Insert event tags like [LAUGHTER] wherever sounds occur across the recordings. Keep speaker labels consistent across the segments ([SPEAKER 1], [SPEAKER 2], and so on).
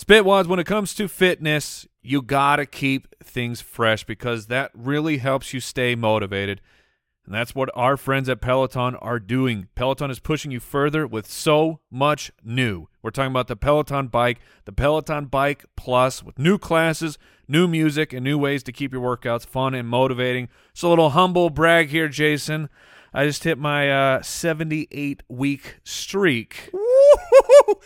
[SPEAKER 1] Spitwads, when it comes to fitness, you got to keep things fresh because that really helps you stay motivated. And that's what our friends at Peloton are doing. Peloton is pushing you further with so much new. We're talking about the Peloton Bike, the Peloton Bike Plus, with new classes, new music, and new ways to keep your workouts fun and motivating. So, a little humble brag here, Jason. I just hit my uh, 78 week streak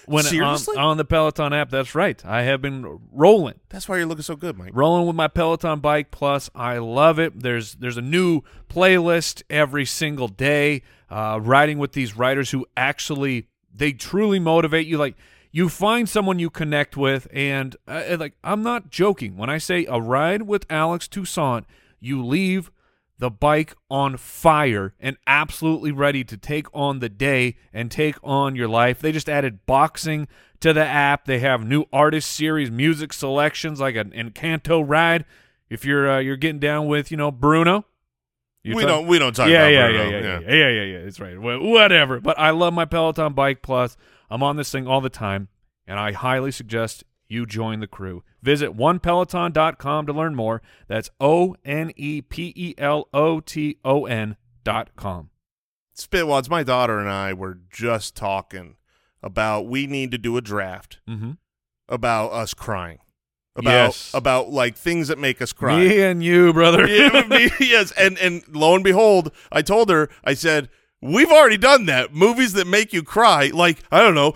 [SPEAKER 1] when on,
[SPEAKER 2] Seriously?
[SPEAKER 1] on the Peloton app. That's right. I have been rolling
[SPEAKER 2] That's why you're looking so good, Mike.
[SPEAKER 1] rolling with my Peloton bike plus I love it. There's there's a new playlist every single day. Uh, riding with these riders who actually they truly motivate you. Like you find someone you connect with, and uh, and, like I'm not joking when I say a ride with Alex Toussaint, you leave the bike on fire and absolutely ready to take on the day and take on your life. They just added boxing to the app. They have new artist series, music selections like an Encanto ride. If you're uh, you're getting down with you know Bruno,
[SPEAKER 2] We
[SPEAKER 1] you're
[SPEAKER 2] don't we don't talk
[SPEAKER 1] yeah,
[SPEAKER 2] about
[SPEAKER 1] yeah,
[SPEAKER 2] Bruno.
[SPEAKER 1] yeah, yeah, yeah, yeah, yeah, yeah. It's right. Wha- Whatever. But I love my Peloton Bike Plus. I'm on this thing all the time, and I highly suggest you join the crew. Visit onepeloton.com to learn more. That's O N E P E L O T O N dot com.
[SPEAKER 2] Spitwads, my daughter and I were just talking about we need to do a draft
[SPEAKER 1] Mm-hmm.
[SPEAKER 2] about us crying. About
[SPEAKER 1] Yes.
[SPEAKER 2] about like things that make us cry.
[SPEAKER 1] Me and you, brother.
[SPEAKER 2] Yeah, it would be- yes, and and lo and behold, I told her, I said, "We've already done that. Movies that make you cry, like I don't know,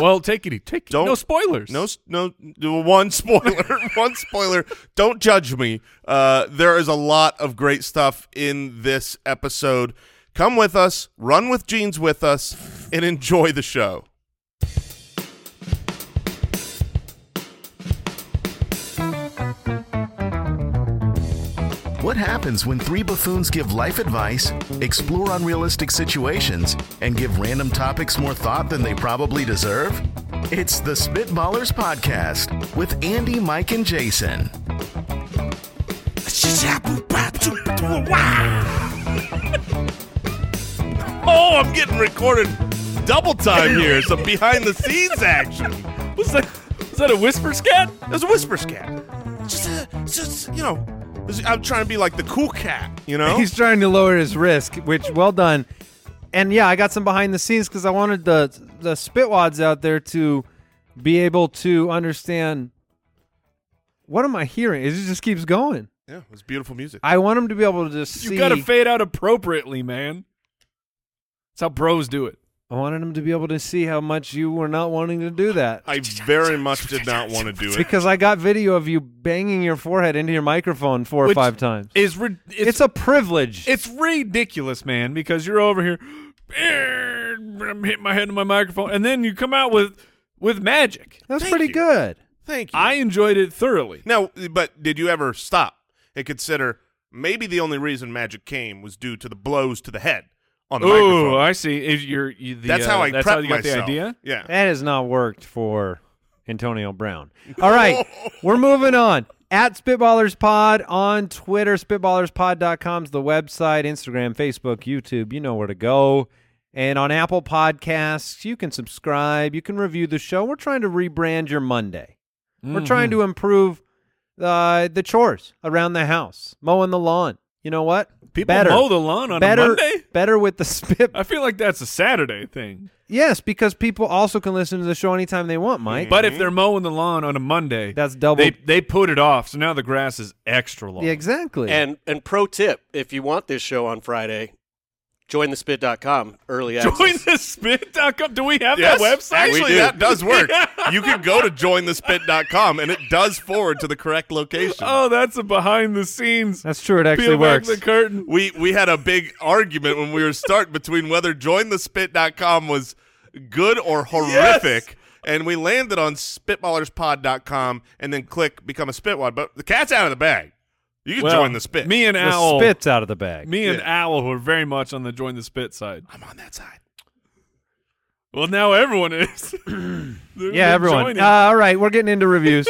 [SPEAKER 1] [LAUGHS] well, take it. e, Take it.
[SPEAKER 2] Don't-
[SPEAKER 1] No spoilers.
[SPEAKER 2] no, s- no, one spoiler, [LAUGHS] one spoiler. Don't judge me. Uh, there is a lot of great stuff in this episode. Come with us, run with jeans with us, and enjoy the show.
[SPEAKER 3] What happens when three buffoons give life advice, explore unrealistic situations, and give random topics more thought than they probably deserve? It's the Spitballers Podcast with Andy, Mike, and Jason.
[SPEAKER 2] [LAUGHS] Oh, I'm getting recorded double time here. Some behind the scenes action.
[SPEAKER 1] Was that, was that a whisper scat?
[SPEAKER 2] There's a whisper scat. Just, a, just you know, this- I'm trying to be like the cool cat. You know,
[SPEAKER 4] He's trying to lower his risk, which well done. And yeah, I got some behind the scenes because I wanted the the spitwads out there to be able to understand what am I hearing. It just keeps going.
[SPEAKER 2] yeah, it's beautiful music.
[SPEAKER 4] I want them to be able to just see.
[SPEAKER 1] You got to fade out appropriately, man. That's how bros do it.
[SPEAKER 4] I wanted them to be able to see how much you were not wanting to do that
[SPEAKER 2] I very much did not
[SPEAKER 4] [LAUGHS]
[SPEAKER 2] want to do it.
[SPEAKER 4] because I got video of you banging your forehead into your microphone four or
[SPEAKER 1] Which
[SPEAKER 4] five times.
[SPEAKER 1] Is rid-
[SPEAKER 4] It's, a privilege.
[SPEAKER 1] It's ridiculous, man, because you're over here, "Eh, I'm hitting my head in my microphone, and then you come out with with magic.
[SPEAKER 4] That's
[SPEAKER 2] Thank
[SPEAKER 4] pretty
[SPEAKER 2] you.
[SPEAKER 4] good.
[SPEAKER 2] Thank you.
[SPEAKER 1] I enjoyed it thoroughly.
[SPEAKER 2] Now, but did you ever stop and consider maybe the only reason magic came was due to the blows to the head on the
[SPEAKER 1] Oh,
[SPEAKER 2] microphone?
[SPEAKER 1] I see. If you're, you, the,
[SPEAKER 2] that's
[SPEAKER 1] uh,
[SPEAKER 2] how I
[SPEAKER 1] that's
[SPEAKER 2] prepped
[SPEAKER 1] how you got
[SPEAKER 2] myself.
[SPEAKER 1] the idea. [LAUGHS]
[SPEAKER 2] Yeah.
[SPEAKER 4] That has not worked for Antonio Brown.
[SPEAKER 1] [LAUGHS]
[SPEAKER 4] All right, we're moving on. At Spitballers Pod on Twitter, spitballerspod.com is the website, Instagram, Facebook, YouTube. You know where to go. And on Apple Podcasts, you can subscribe. You can review the show. We're trying to rebrand your Monday. We're trying
[SPEAKER 1] Mm-hmm.
[SPEAKER 4] to improve uh, the chores around the house, mowing the lawn. You know what?
[SPEAKER 1] People
[SPEAKER 4] better.
[SPEAKER 1] mow the lawn on
[SPEAKER 4] better,
[SPEAKER 1] a Monday.
[SPEAKER 4] Better with the [LAUGHS] spit.
[SPEAKER 1] I feel like that's a Saturday thing.
[SPEAKER 4] Yes, because people also can listen to the show anytime they want, Mike.
[SPEAKER 1] But if they're mowing the lawn on a Monday,
[SPEAKER 4] That's double-
[SPEAKER 1] They they put it off, so now the grass is extra long. [LAUGHS]
[SPEAKER 4] Yeah, exactly.
[SPEAKER 5] And and pro tip, if you want this show on Friday, join thespit.com early access.
[SPEAKER 1] Join the spit.com. Do we have
[SPEAKER 2] Yes,
[SPEAKER 1] that website?
[SPEAKER 2] Actually, that does
[SPEAKER 1] [LAUGHS]
[SPEAKER 2] work. You can go to jointhespit.com and it does forward to the correct location.
[SPEAKER 1] Oh, that's a behind the scenes.
[SPEAKER 4] That's true. It actually
[SPEAKER 1] Peel back
[SPEAKER 4] works.
[SPEAKER 1] the curtain.
[SPEAKER 2] We we had a big argument when we were starting between whether jointhespit.com was good or horrific. and we landed on spitballerspod.com and then click become a spitwad. But the cat's out of the bag. You can
[SPEAKER 1] Well,
[SPEAKER 2] join the spit.
[SPEAKER 1] Me and
[SPEAKER 4] The
[SPEAKER 1] Owl.
[SPEAKER 4] spits out of the bag.
[SPEAKER 1] Me and Owl were very much on the join the spit side.
[SPEAKER 2] I'm on that side.
[SPEAKER 1] Well, now everyone
[SPEAKER 2] [LAUGHS]
[SPEAKER 1] is. They're- they're
[SPEAKER 4] yeah, everyone.
[SPEAKER 1] joining.
[SPEAKER 4] Uh, all right, we're getting
[SPEAKER 1] [LAUGHS]
[SPEAKER 4] into reviews.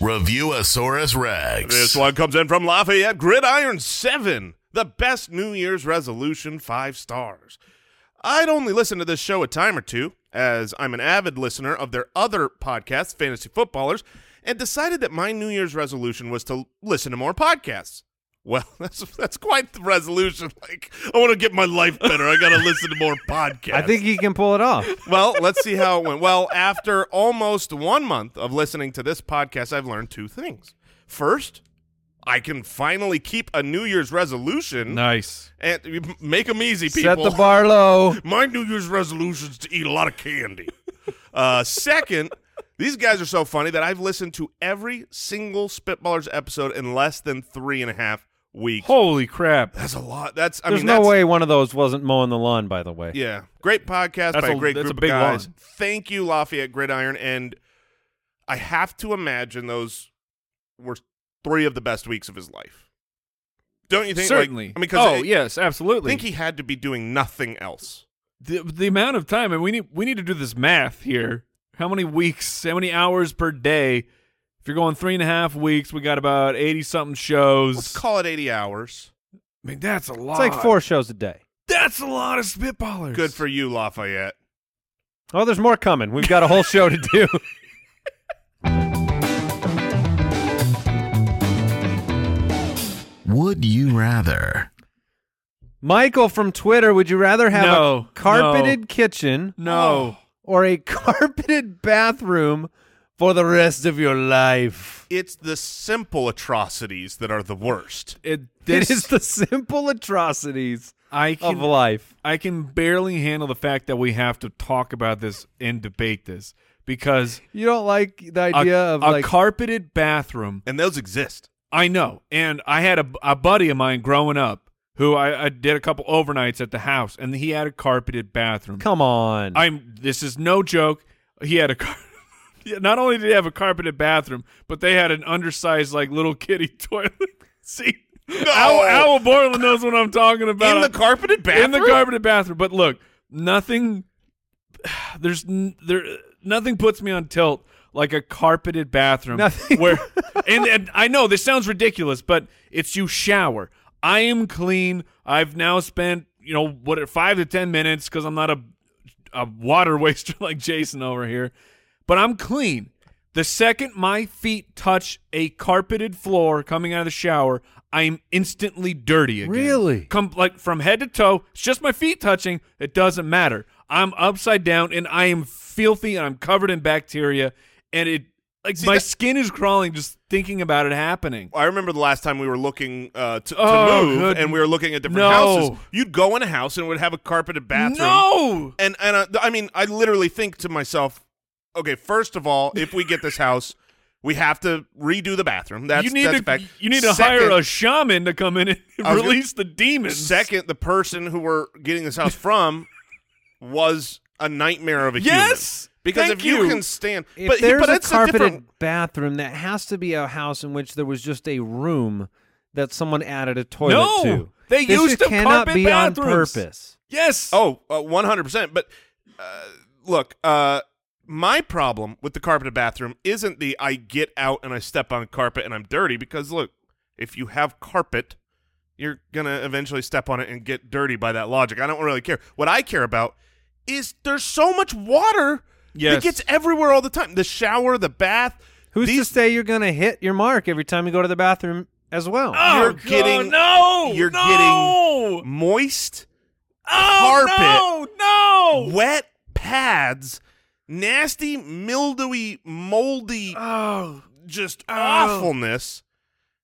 [SPEAKER 3] Review Asaurus Rex.
[SPEAKER 2] This one comes in from Lafayette Gridiron 7, the best New Year's resolution, five stars. I'd only listen to this show a time or two, as I'm an avid listener of their other podcast, Fantasy Footballers, and decided that my New Year's resolution was to listen to more podcasts. Well, [LAUGHS] that's that's quite the resolution. Like, I want to get my life better. I got to listen to more podcasts.
[SPEAKER 4] I think he can pull it off.
[SPEAKER 2] Well, let's see how it went. Well, after almost one month of listening to this podcast, I've learned two things. First, I can finally keep a New Year's resolution
[SPEAKER 1] nice.
[SPEAKER 2] and you make them easy, people.
[SPEAKER 4] Set the bar low.
[SPEAKER 2] My New Year's resolution's to eat a lot of candy. uh, second, these guys are so funny that I've listened to every single Spitballers episode in less than three and a half weeks.
[SPEAKER 1] Holy
[SPEAKER 2] [LAUGHS]
[SPEAKER 1] crap.
[SPEAKER 2] That's a lot. That's I
[SPEAKER 4] There's
[SPEAKER 2] mean,
[SPEAKER 4] no
[SPEAKER 2] that's-
[SPEAKER 4] way one of those wasn't mowing the lawn, by the way.
[SPEAKER 2] Yeah, great podcast
[SPEAKER 1] That's
[SPEAKER 2] by a,
[SPEAKER 1] a-
[SPEAKER 2] great
[SPEAKER 1] that's
[SPEAKER 2] group
[SPEAKER 1] a big
[SPEAKER 2] of guys.
[SPEAKER 1] line.
[SPEAKER 2] Thank you, Lafayette Gridiron, and I have to imagine those were three of the best weeks of his life. Don't you think? like-
[SPEAKER 1] Certainly.
[SPEAKER 2] I mean,
[SPEAKER 1] oh,
[SPEAKER 2] because
[SPEAKER 1] yes,
[SPEAKER 2] I
[SPEAKER 1] absolutely.
[SPEAKER 2] think he had to be doing nothing else.
[SPEAKER 1] the, the amount of time, and we need we need to do this math here. How many weeks? How many hours per day? If you're going three and a half weeks, we got about eighty something shows.
[SPEAKER 2] Let's call it eighty hours.
[SPEAKER 1] I mean, that's a lot.
[SPEAKER 4] It's like four shows a day.
[SPEAKER 1] That's a lot of spitballers.
[SPEAKER 2] Good for you, Lafayette.
[SPEAKER 4] Oh, there's more coming. We've got a whole show to do.
[SPEAKER 1] [LAUGHS]
[SPEAKER 3] Would you rather?
[SPEAKER 4] Michael from Twitter, would you rather have
[SPEAKER 1] No,
[SPEAKER 4] a carpeted kitchen
[SPEAKER 1] no.
[SPEAKER 4] or a [LAUGHS] carpeted bathroom for the rest of your life?
[SPEAKER 2] It's the simple atrocities that are the worst.
[SPEAKER 1] It
[SPEAKER 4] [LAUGHS] It
[SPEAKER 1] this
[SPEAKER 4] is the simple atrocities
[SPEAKER 1] I
[SPEAKER 4] of
[SPEAKER 1] can
[SPEAKER 4] life.
[SPEAKER 1] I can barely handle the fact that we have to talk about this and debate this because
[SPEAKER 4] You don't like the
[SPEAKER 1] a,
[SPEAKER 4] idea of
[SPEAKER 1] a
[SPEAKER 4] like
[SPEAKER 1] carpeted bathroom
[SPEAKER 2] And those exist.
[SPEAKER 1] I know. And I had a, a buddy of mine growing up who I, I did a couple overnights at the house, and he had a carpeted bathroom.
[SPEAKER 4] come on.
[SPEAKER 1] I'm. This is no joke. He had a car. [LAUGHS] Yeah, Not only did he have a carpeted bathroom, but they had an undersized, like little kitty [LAUGHS] toilet seat. Owl, Owl Borland knows what I'm talking about.
[SPEAKER 2] In the carpeted bathroom.
[SPEAKER 1] In the carpeted bathroom. But look, nothing. [SIGHS] There's n- there nothing puts me on tilt like a carpeted bathroom.
[SPEAKER 4] Nothing.
[SPEAKER 1] Where and, and I know this sounds ridiculous, but it's you shower. I am clean. I've now spent you know what five to ten minutes because I'm not a a water [LAUGHS] waster like Jason over here, but I'm clean. The second my feet touch a carpeted floor coming out of the shower, I'm instantly dirty again.
[SPEAKER 4] Really?
[SPEAKER 1] Come like from head to toe, it's just my feet touching, it doesn't matter. I'm upside down and I am filthy and I'm covered in bacteria and it like my
[SPEAKER 2] that-
[SPEAKER 1] skin is crawling just thinking about it happening.
[SPEAKER 2] I remember the last time we were looking uh, to, to
[SPEAKER 1] Oh,
[SPEAKER 2] move,
[SPEAKER 1] good.
[SPEAKER 2] and we were looking at different
[SPEAKER 1] No.
[SPEAKER 2] houses. You'd go in a house and it would have a carpeted bathroom.
[SPEAKER 1] No.
[SPEAKER 2] and and uh, I mean, I literally think to myself, okay, first of all, if we get this house, we have to redo the bathroom. That's
[SPEAKER 1] you need
[SPEAKER 2] that's
[SPEAKER 1] to
[SPEAKER 2] a fact.
[SPEAKER 1] you need to
[SPEAKER 2] Second-
[SPEAKER 1] hire a shaman to come
[SPEAKER 2] [LAUGHS]
[SPEAKER 1] in and
[SPEAKER 2] I was gonna-
[SPEAKER 1] release the demons.
[SPEAKER 2] Second, the person who we're getting this house from was a nightmare of a
[SPEAKER 1] Yes!
[SPEAKER 2] human. Because
[SPEAKER 1] Thank
[SPEAKER 2] if you,
[SPEAKER 1] you.
[SPEAKER 2] can stand,
[SPEAKER 4] if
[SPEAKER 2] but
[SPEAKER 4] there's
[SPEAKER 2] but
[SPEAKER 4] a
[SPEAKER 2] it's
[SPEAKER 4] carpeted
[SPEAKER 2] different,
[SPEAKER 4] bathroom, that has to be a house in which there was just a room that someone added a toilet
[SPEAKER 1] No!
[SPEAKER 4] to.
[SPEAKER 1] They
[SPEAKER 4] This
[SPEAKER 1] used
[SPEAKER 4] just
[SPEAKER 1] to
[SPEAKER 4] cannot
[SPEAKER 1] carpet
[SPEAKER 4] be on
[SPEAKER 1] bathrooms.
[SPEAKER 4] purpose.
[SPEAKER 1] Yes.
[SPEAKER 2] Oh, uh, 100%. But uh, look, uh, my problem with the carpeted bathroom isn't the I get out and I step on carpet and I'm dirty because, look, if you have carpet, you're going to eventually step on it and get dirty by that logic. I don't really care. What I care about is there's so much water that
[SPEAKER 1] Yes.
[SPEAKER 2] gets everywhere all the time the shower, the bath.
[SPEAKER 4] Who's to
[SPEAKER 2] these,
[SPEAKER 4] say you're going to hit your mark every time you go to the bathroom as well?
[SPEAKER 1] Oh,
[SPEAKER 2] you're
[SPEAKER 1] God,
[SPEAKER 2] getting-
[SPEAKER 1] no.
[SPEAKER 2] you're
[SPEAKER 1] no!
[SPEAKER 2] getting moist,
[SPEAKER 1] Oh,
[SPEAKER 2] carpet.
[SPEAKER 1] No, no.
[SPEAKER 2] wet pads, nasty, mildewy, moldy.
[SPEAKER 1] Oh,
[SPEAKER 2] just awfulness.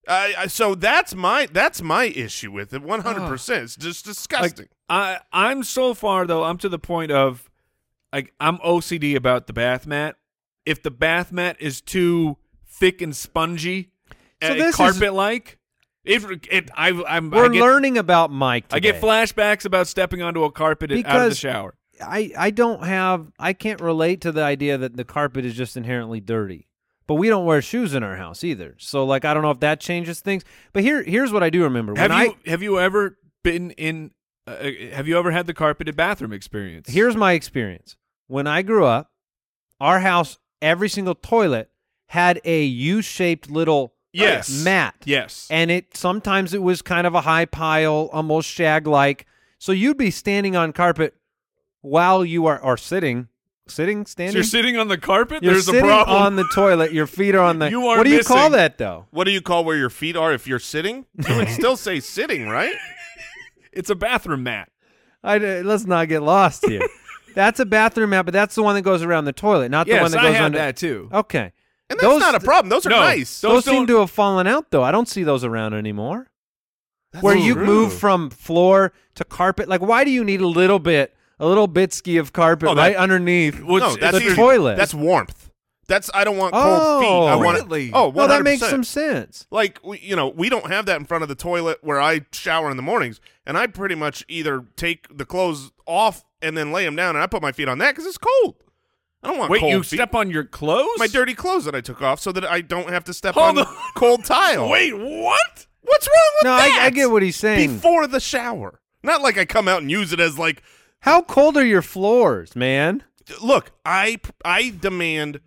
[SPEAKER 2] I, I so that's my that's my issue with it. One hundred percent, it's just disgusting.
[SPEAKER 1] like, I I'm so far though. I'm to the point of like I'm OCD about the bath mat. If the bath mat is too thick and spongy,
[SPEAKER 4] So
[SPEAKER 1] and
[SPEAKER 4] this is-
[SPEAKER 1] carpet like, if it I I'm I
[SPEAKER 4] We're
[SPEAKER 1] get,
[SPEAKER 4] learning about Mike
[SPEAKER 1] I get
[SPEAKER 4] today.
[SPEAKER 1] flashbacks about stepping onto a carpet out of the
[SPEAKER 4] Because
[SPEAKER 1] shower.
[SPEAKER 4] I I don't have I can't relate to the idea that the carpet is just inherently dirty. But we don't wear shoes in our house either. So like I don't know if that changes things. But here here's what I do remember.
[SPEAKER 1] Have
[SPEAKER 4] when
[SPEAKER 1] you
[SPEAKER 4] I
[SPEAKER 1] have you ever been in? Uh, have you ever had the carpeted bathroom experience?
[SPEAKER 4] here's my experience. When I grew up, our house every single toilet had a U-shaped little
[SPEAKER 1] yes,
[SPEAKER 4] mat.
[SPEAKER 1] Yes,
[SPEAKER 4] and it sometimes it was kind of a high pile, almost shag like. So you'd be standing on carpet while you are or sitting, sitting, standing.
[SPEAKER 1] so you're sitting on the carpet. [LAUGHS]
[SPEAKER 4] You're
[SPEAKER 1] There's
[SPEAKER 4] sitting
[SPEAKER 1] a problem.
[SPEAKER 4] on the toilet. Your feet are on
[SPEAKER 1] [LAUGHS]
[SPEAKER 4] the.
[SPEAKER 1] You are
[SPEAKER 4] what do you call
[SPEAKER 1] missing-
[SPEAKER 4] that though?
[SPEAKER 2] What do you call where your feet are if you're sitting? You [LAUGHS] would still say sitting, right?
[SPEAKER 1] it's a bathroom mat.
[SPEAKER 4] I, uh, let's not get lost
[SPEAKER 1] [LAUGHS]
[SPEAKER 4] here. that's a bathroom mat, but that's the one that goes around the toilet, not the
[SPEAKER 1] yes,
[SPEAKER 4] one that
[SPEAKER 1] I
[SPEAKER 4] goes
[SPEAKER 1] had
[SPEAKER 4] under.
[SPEAKER 1] that too.
[SPEAKER 4] Okay,
[SPEAKER 2] And that's
[SPEAKER 4] Those-
[SPEAKER 2] not a problem. Those are
[SPEAKER 1] No.
[SPEAKER 2] nice.
[SPEAKER 1] Those
[SPEAKER 4] those,
[SPEAKER 1] don't-
[SPEAKER 4] seem to have fallen out though. I don't see those around anymore. Where you
[SPEAKER 2] true.
[SPEAKER 4] move from floor to carpet, like why do you need a little bit, a little bitski of carpet
[SPEAKER 2] Oh, that-
[SPEAKER 4] right underneath?
[SPEAKER 2] no, that's
[SPEAKER 4] the
[SPEAKER 2] easy.
[SPEAKER 4] toilet.
[SPEAKER 2] That's warmth. That's I don't want cold
[SPEAKER 4] Oh.
[SPEAKER 2] feet. I want
[SPEAKER 1] Really?
[SPEAKER 2] Oh, 100%.
[SPEAKER 4] Well, that makes some sense.
[SPEAKER 2] like we, you know we don't have that in front of the toilet where I shower in the mornings, and I pretty much either take the clothes off and then lay them down, and I put my feet on that because it's cold. I
[SPEAKER 4] Oh,
[SPEAKER 2] don't want
[SPEAKER 1] Wait,
[SPEAKER 2] cold
[SPEAKER 1] you
[SPEAKER 2] feet.
[SPEAKER 1] step on your clothes?
[SPEAKER 2] my dirty clothes that I took off so that I don't have to step
[SPEAKER 1] Hold
[SPEAKER 2] on
[SPEAKER 1] on.
[SPEAKER 2] [LAUGHS] cold tile.
[SPEAKER 1] Wait, what?
[SPEAKER 2] what's wrong with
[SPEAKER 4] No,
[SPEAKER 2] that?
[SPEAKER 4] I, I get what he's saying.
[SPEAKER 2] Before the shower, not like I come out and use it as like
[SPEAKER 4] How cold are your floors, man?
[SPEAKER 2] look. I I demand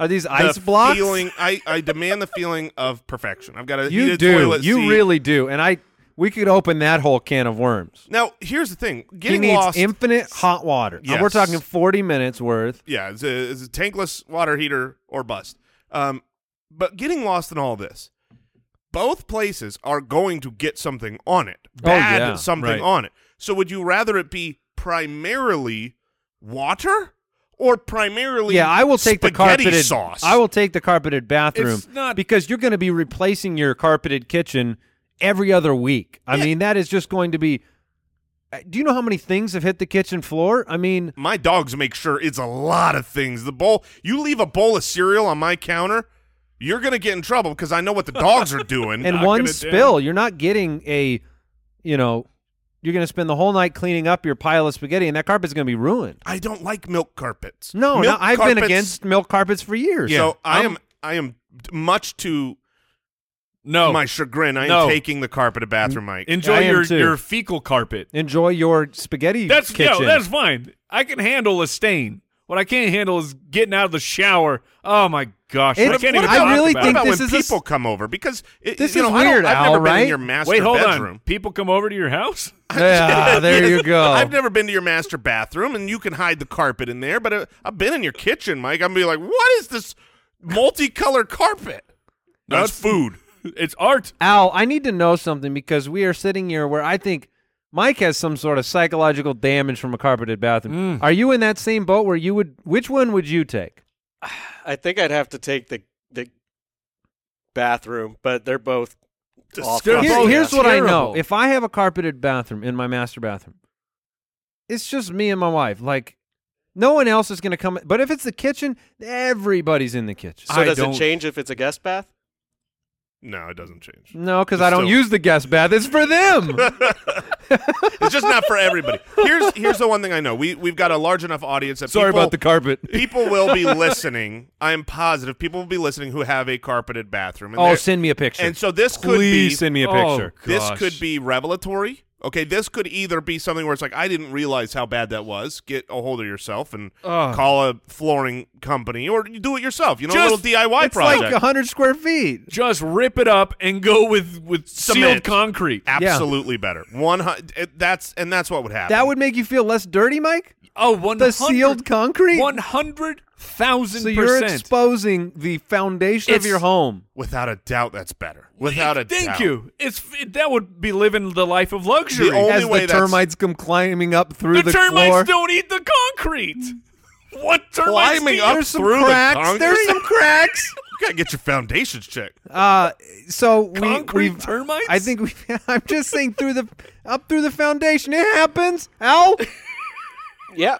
[SPEAKER 4] Are these
[SPEAKER 2] the
[SPEAKER 4] ice blocks?
[SPEAKER 2] Feeling I, I demand the feeling of perfection. I've got to
[SPEAKER 4] you
[SPEAKER 2] heated
[SPEAKER 4] do.
[SPEAKER 2] toilet
[SPEAKER 4] You
[SPEAKER 2] seat.
[SPEAKER 4] really do. And I, we could open that whole can of worms.
[SPEAKER 2] now. Here's the thing:
[SPEAKER 4] He
[SPEAKER 2] getting
[SPEAKER 4] needs
[SPEAKER 2] lost.
[SPEAKER 4] infinite hot water. And We're
[SPEAKER 2] Yes.
[SPEAKER 4] talking forty minutes worth.
[SPEAKER 2] yeah, it's a, it's a tankless water heater or bust. Um, but getting lost in all this, both places are going to get something on it, bad
[SPEAKER 4] Oh, yeah,
[SPEAKER 2] something
[SPEAKER 4] right.
[SPEAKER 2] on it. So would you rather it be primarily water or primarily?
[SPEAKER 4] Yeah, I will take the
[SPEAKER 2] spaghetti
[SPEAKER 4] carpeted
[SPEAKER 2] sauce.
[SPEAKER 4] I will take the carpeted bathroom
[SPEAKER 1] It's not-
[SPEAKER 4] because you're going to be replacing your carpeted kitchen every other week. I mean, that is just going to be. Uh, Do you know how many things have hit the kitchen floor? I mean,
[SPEAKER 2] My dogs make sure it's a lot of things. The bowl, you leave a bowl of cereal on my counter, you're going to get in trouble because I know what the dogs
[SPEAKER 4] [LAUGHS]
[SPEAKER 2] are doing.
[SPEAKER 4] and
[SPEAKER 1] knocking
[SPEAKER 4] one
[SPEAKER 1] it
[SPEAKER 4] spill, you're not getting a, you know, you're going to spend the whole night cleaning up your pile of spaghetti, and that carpet's going to be ruined.
[SPEAKER 2] I don't like milk carpets.
[SPEAKER 4] No, no
[SPEAKER 2] Milk
[SPEAKER 4] I've been
[SPEAKER 2] carpets-
[SPEAKER 4] against milk carpets for years. Um,
[SPEAKER 2] So I
[SPEAKER 4] I'm-
[SPEAKER 2] am I am much to
[SPEAKER 1] No.
[SPEAKER 2] my chagrin. I am
[SPEAKER 1] Oh. No.
[SPEAKER 2] taking the carpeted bathroom mic.
[SPEAKER 1] Enjoy
[SPEAKER 4] I am
[SPEAKER 1] your
[SPEAKER 4] too.
[SPEAKER 1] your fecal carpet.
[SPEAKER 4] enjoy your spaghetti.
[SPEAKER 1] That's
[SPEAKER 4] kitchen.
[SPEAKER 1] no, that's fine. I can handle a stain. What I can't handle is getting out of the shower. Oh my gosh! I
[SPEAKER 4] It's-
[SPEAKER 1] can't
[SPEAKER 4] what
[SPEAKER 1] even
[SPEAKER 4] I
[SPEAKER 1] talk
[SPEAKER 4] really
[SPEAKER 1] about
[SPEAKER 4] think
[SPEAKER 1] it.
[SPEAKER 2] How about
[SPEAKER 4] this
[SPEAKER 2] when
[SPEAKER 4] is a s-
[SPEAKER 2] people come over because it,
[SPEAKER 4] This
[SPEAKER 2] you
[SPEAKER 4] is
[SPEAKER 2] know, I don't-
[SPEAKER 4] weird,
[SPEAKER 2] I've
[SPEAKER 4] Al,
[SPEAKER 2] never been
[SPEAKER 4] right?
[SPEAKER 2] in your master
[SPEAKER 1] Wait, hold
[SPEAKER 2] bedroom.
[SPEAKER 1] on. People come over to your house.
[SPEAKER 4] [LAUGHS]
[SPEAKER 1] [LAUGHS]
[SPEAKER 4] Yeah,
[SPEAKER 2] [LAUGHS]
[SPEAKER 4] there you go.
[SPEAKER 2] I've never been to your master bathroom, and you can hide the carpet in there. But uh, I've been in your kitchen, Mike. I'm gonna be like, what is this multicolored carpet?
[SPEAKER 1] No,
[SPEAKER 2] That's
[SPEAKER 1] it's- [LAUGHS]
[SPEAKER 2] food.
[SPEAKER 1] It's art.
[SPEAKER 4] Al, I need to know something because we are sitting here where I think Mike has some sort of psychological damage from a carpeted
[SPEAKER 2] Mm.
[SPEAKER 4] bathroom. Are you in that same boat where you would? Which one would you take?
[SPEAKER 5] [LAUGHS] I think I'd have to take the the bathroom, but they're both awful.
[SPEAKER 1] They're
[SPEAKER 4] Here-
[SPEAKER 2] Oh,
[SPEAKER 1] both
[SPEAKER 4] here's what I know.
[SPEAKER 1] terrible.
[SPEAKER 4] If I have a carpeted bathroom in my master bathroom, it's just me and my wife. Like no one else is going to come. But if it's the kitchen, everybody's in the kitchen.
[SPEAKER 5] So
[SPEAKER 1] I
[SPEAKER 5] does
[SPEAKER 1] don't-
[SPEAKER 5] it change if it's a guest bath?
[SPEAKER 2] No, it doesn't change.
[SPEAKER 4] No, because I
[SPEAKER 2] It's
[SPEAKER 4] don't
[SPEAKER 2] still-
[SPEAKER 4] use the guest bath. It's for
[SPEAKER 2] [LAUGHS]
[SPEAKER 4] them.
[SPEAKER 2] It's just not for everybody. Here's here's the one thing I know. We we've got a large enough audience that
[SPEAKER 4] Sorry
[SPEAKER 2] people-
[SPEAKER 4] about the carpet.
[SPEAKER 2] [LAUGHS] people will be listening. I am positive people will be listening who have a carpeted bathroom. And
[SPEAKER 4] Oh,
[SPEAKER 2] they're-
[SPEAKER 4] send me a picture.
[SPEAKER 2] And so this could
[SPEAKER 4] Please
[SPEAKER 2] be
[SPEAKER 4] send me a
[SPEAKER 1] Oh,
[SPEAKER 4] picture.
[SPEAKER 2] this
[SPEAKER 1] gosh.
[SPEAKER 2] could be revelatory. Okay, this could either be something where it's like I didn't realize how bad that was. Get a hold of yourself and
[SPEAKER 1] Ugh.
[SPEAKER 2] call a flooring company or you do it yourself. You know,
[SPEAKER 1] Just-
[SPEAKER 2] a little DIY
[SPEAKER 4] it's like
[SPEAKER 2] project.
[SPEAKER 4] like hundred square feet.
[SPEAKER 1] Just rip it up and go with with sealed
[SPEAKER 2] Cement.
[SPEAKER 1] concrete.
[SPEAKER 2] Absolutely better. One hundred. That's and that's what would happen.
[SPEAKER 4] That would make you feel less dirty, Mike.
[SPEAKER 1] Oh, one
[SPEAKER 4] The sealed concrete.
[SPEAKER 1] One hundred thousand
[SPEAKER 4] So you're
[SPEAKER 1] percent.
[SPEAKER 4] exposing the foundation of
[SPEAKER 1] It's-
[SPEAKER 4] your home.
[SPEAKER 2] without a doubt. That's better. Without a
[SPEAKER 1] Thank
[SPEAKER 2] doubt.
[SPEAKER 1] you. It's it, that would be living the life of luxury.
[SPEAKER 2] only
[SPEAKER 4] As
[SPEAKER 2] way
[SPEAKER 4] the
[SPEAKER 2] that's-
[SPEAKER 4] termites come climbing up through
[SPEAKER 1] the,
[SPEAKER 4] the,
[SPEAKER 1] termites
[SPEAKER 4] floor.
[SPEAKER 1] don't eat the concrete. [LAUGHS] What termites
[SPEAKER 2] Climbing
[SPEAKER 1] do
[SPEAKER 2] up
[SPEAKER 1] you-
[SPEAKER 4] There's some
[SPEAKER 2] through the
[SPEAKER 4] cracks. There's
[SPEAKER 2] concrete? [LAUGHS]
[SPEAKER 4] some cracks.
[SPEAKER 2] You gotta get your foundations checked.
[SPEAKER 4] Uh, so we,
[SPEAKER 1] Concrete
[SPEAKER 4] we've
[SPEAKER 1] termites?
[SPEAKER 4] I think we. [LAUGHS] I'm just saying through the up through the foundation. It happens. Help!
[SPEAKER 5] [LAUGHS] Yeah.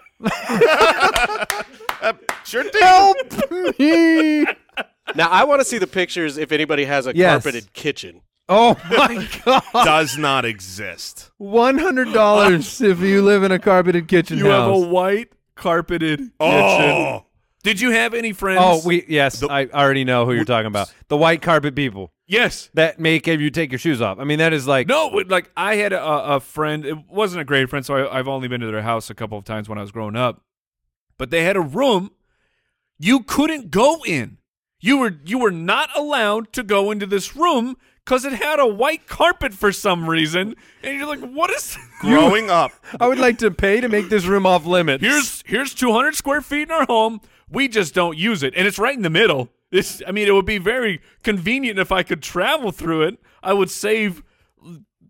[SPEAKER 2] Sure did.
[SPEAKER 4] Help me!
[SPEAKER 2] [LAUGHS]
[SPEAKER 5] Now I want to see the pictures if anybody has a
[SPEAKER 4] Yes.
[SPEAKER 5] carpeted kitchen.
[SPEAKER 4] Oh my [LAUGHS] god!
[SPEAKER 2] does not exist.
[SPEAKER 4] One
[SPEAKER 2] [LAUGHS]
[SPEAKER 4] hundred dollars if you live in a carpeted kitchen
[SPEAKER 1] You have
[SPEAKER 4] house.
[SPEAKER 1] a white carpeted kitchen.
[SPEAKER 2] Oh,
[SPEAKER 1] Did you have any friends?
[SPEAKER 4] oh, we yes,
[SPEAKER 2] The-
[SPEAKER 4] I already know who you're talking about. The white carpet people
[SPEAKER 1] yes.
[SPEAKER 4] that make you take your shoes off. I mean, that is like
[SPEAKER 1] No, it- like I had a, a friend. It wasn't a great friend, so I, I've only been to their house a couple of times when I was growing up. But they had a room you couldn't go in. You were you were not allowed to go into this room because it had a white carpet for some reason, and you're like, what is?
[SPEAKER 2] growing up,
[SPEAKER 4] I would like to pay to make this room off limits.
[SPEAKER 1] here's here's 200 square feet in our home. We just don't use it, and it's right in the middle. It's, I mean, it would be very convenient if I could travel through it. I would save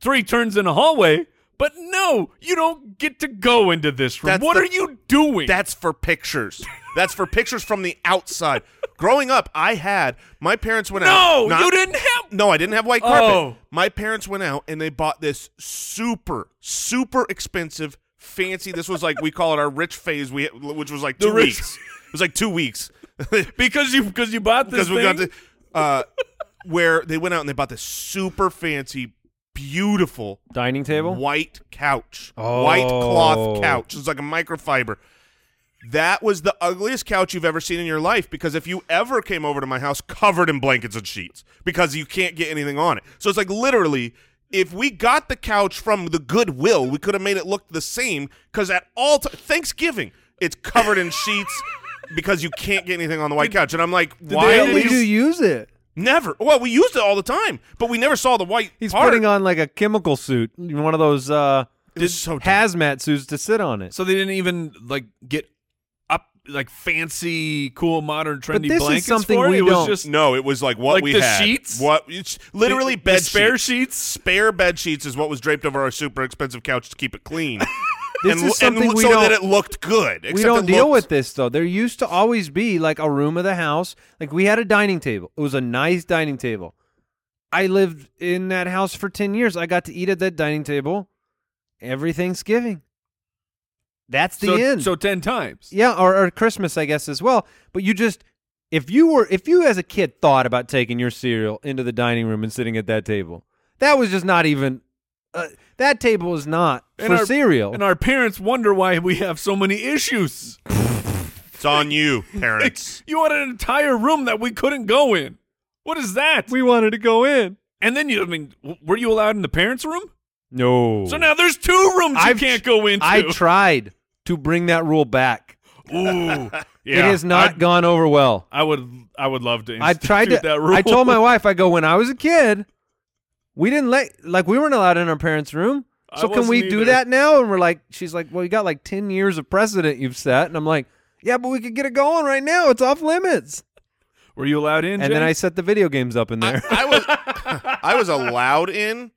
[SPEAKER 1] three turns in a hallway. But no, you don't get to go into this room.
[SPEAKER 2] That's
[SPEAKER 1] what
[SPEAKER 2] the-
[SPEAKER 1] are you doing?
[SPEAKER 2] [LAUGHS] that's for pictures. That's for pictures from the outside. Growing up, I had my parents went out.
[SPEAKER 1] no,
[SPEAKER 2] not-
[SPEAKER 1] you didn't have.
[SPEAKER 2] [LAUGHS] No, I didn't have white carpet.
[SPEAKER 1] Oh.
[SPEAKER 2] My parents went out and they bought this super, super expensive, fancy. This was like we call it our rich phase. We which was like
[SPEAKER 1] The
[SPEAKER 2] two
[SPEAKER 1] rich-
[SPEAKER 2] weeks. It was like two weeks
[SPEAKER 1] [LAUGHS] Because you because you bought this
[SPEAKER 2] because we got
[SPEAKER 1] thing?
[SPEAKER 2] to uh, where they went out and they bought this super fancy, beautiful
[SPEAKER 4] dining table.
[SPEAKER 2] white couch, white cloth
[SPEAKER 4] Oh.
[SPEAKER 2] couch. It's like a microfiber. That was the ugliest couch you've ever seen in your life because if you ever came over to my house covered in blankets and sheets because you can't get anything on it. So it's like literally if we got the couch from the Goodwill, we could have made it look the same cuz at all t- Thanksgiving, it's covered in sheets because you can't get anything on the white couch. And I'm like, why
[SPEAKER 1] they
[SPEAKER 4] How
[SPEAKER 1] at
[SPEAKER 2] are
[SPEAKER 4] did
[SPEAKER 1] least-
[SPEAKER 4] you
[SPEAKER 2] we
[SPEAKER 4] use it?
[SPEAKER 2] never? Well, we used it all the time, but we never saw the white
[SPEAKER 4] He's
[SPEAKER 2] part.
[SPEAKER 4] putting on like a chemical suit, one of those uh,
[SPEAKER 2] It was so dumb.
[SPEAKER 4] hazmat suits to sit on it.
[SPEAKER 1] So they didn't even like get up like fancy, cool, modern, trendy
[SPEAKER 4] But this is
[SPEAKER 1] blankets
[SPEAKER 4] something
[SPEAKER 1] for it.
[SPEAKER 4] we
[SPEAKER 1] It was
[SPEAKER 4] don't-
[SPEAKER 1] just
[SPEAKER 2] No, it was like what
[SPEAKER 1] Like
[SPEAKER 2] we
[SPEAKER 1] the
[SPEAKER 2] had.
[SPEAKER 1] sheets?
[SPEAKER 2] What it's literally
[SPEAKER 1] the- the
[SPEAKER 2] bed
[SPEAKER 1] spare
[SPEAKER 2] sheets.
[SPEAKER 1] sheets.
[SPEAKER 2] Spare bed sheets is what was draped over our super expensive couch to keep it [LAUGHS] clean.
[SPEAKER 4] This
[SPEAKER 2] and,
[SPEAKER 4] is something
[SPEAKER 2] and
[SPEAKER 4] we
[SPEAKER 2] so
[SPEAKER 4] don't-
[SPEAKER 2] that it looked good.
[SPEAKER 4] we
[SPEAKER 2] except
[SPEAKER 4] don't
[SPEAKER 2] it
[SPEAKER 4] deal
[SPEAKER 2] looked-
[SPEAKER 4] with this though. There used to always be like a room of the house. Like we had a dining table. It was a nice dining table. I lived in that house for 10 years. I got to eat at that dining table every Thanksgiving. That's the
[SPEAKER 1] so,
[SPEAKER 4] end.
[SPEAKER 1] So ten times.
[SPEAKER 4] yeah, or, or Christmas, I guess, as well. But you just, if you were, if you as a kid thought about taking your cereal into the dining room and sitting at that table, that was just not even, uh, that table is not
[SPEAKER 1] And
[SPEAKER 4] for
[SPEAKER 1] our-
[SPEAKER 4] cereal.
[SPEAKER 1] And our parents wonder why we have so many issues.
[SPEAKER 2] It's on you, [LAUGHS] parents.
[SPEAKER 1] You had an entire room that we couldn't go in. What is that?
[SPEAKER 4] we wanted to go in.
[SPEAKER 1] and then you, I mean, w- were you allowed in the parents' room?
[SPEAKER 4] No.
[SPEAKER 1] So now there's two rooms you
[SPEAKER 4] I've-
[SPEAKER 1] can't go into.
[SPEAKER 4] I tried to bring that rule back.
[SPEAKER 1] [LAUGHS] Ooh,
[SPEAKER 4] it has not
[SPEAKER 1] I'd-
[SPEAKER 4] gone over well.
[SPEAKER 1] I would, I would love to.
[SPEAKER 4] I tried to.
[SPEAKER 1] institute that rule.
[SPEAKER 4] I
[SPEAKER 1] [LAUGHS]
[SPEAKER 4] told my wife, I go when I was a kid, we didn't let like we weren't allowed in our parents' room.
[SPEAKER 1] I
[SPEAKER 4] So can we
[SPEAKER 1] wasn't
[SPEAKER 4] do
[SPEAKER 1] either.
[SPEAKER 4] that now? And we're like, she's like, well, you got like ten years of precedent you've set, and I'm like, yeah, but we could get it going right now. It's off limits.
[SPEAKER 1] Were you allowed in?
[SPEAKER 4] And then
[SPEAKER 1] Jay?
[SPEAKER 4] I set the video games up
[SPEAKER 1] [LAUGHS]
[SPEAKER 4] in there.
[SPEAKER 2] I was [LAUGHS] I was allowed in,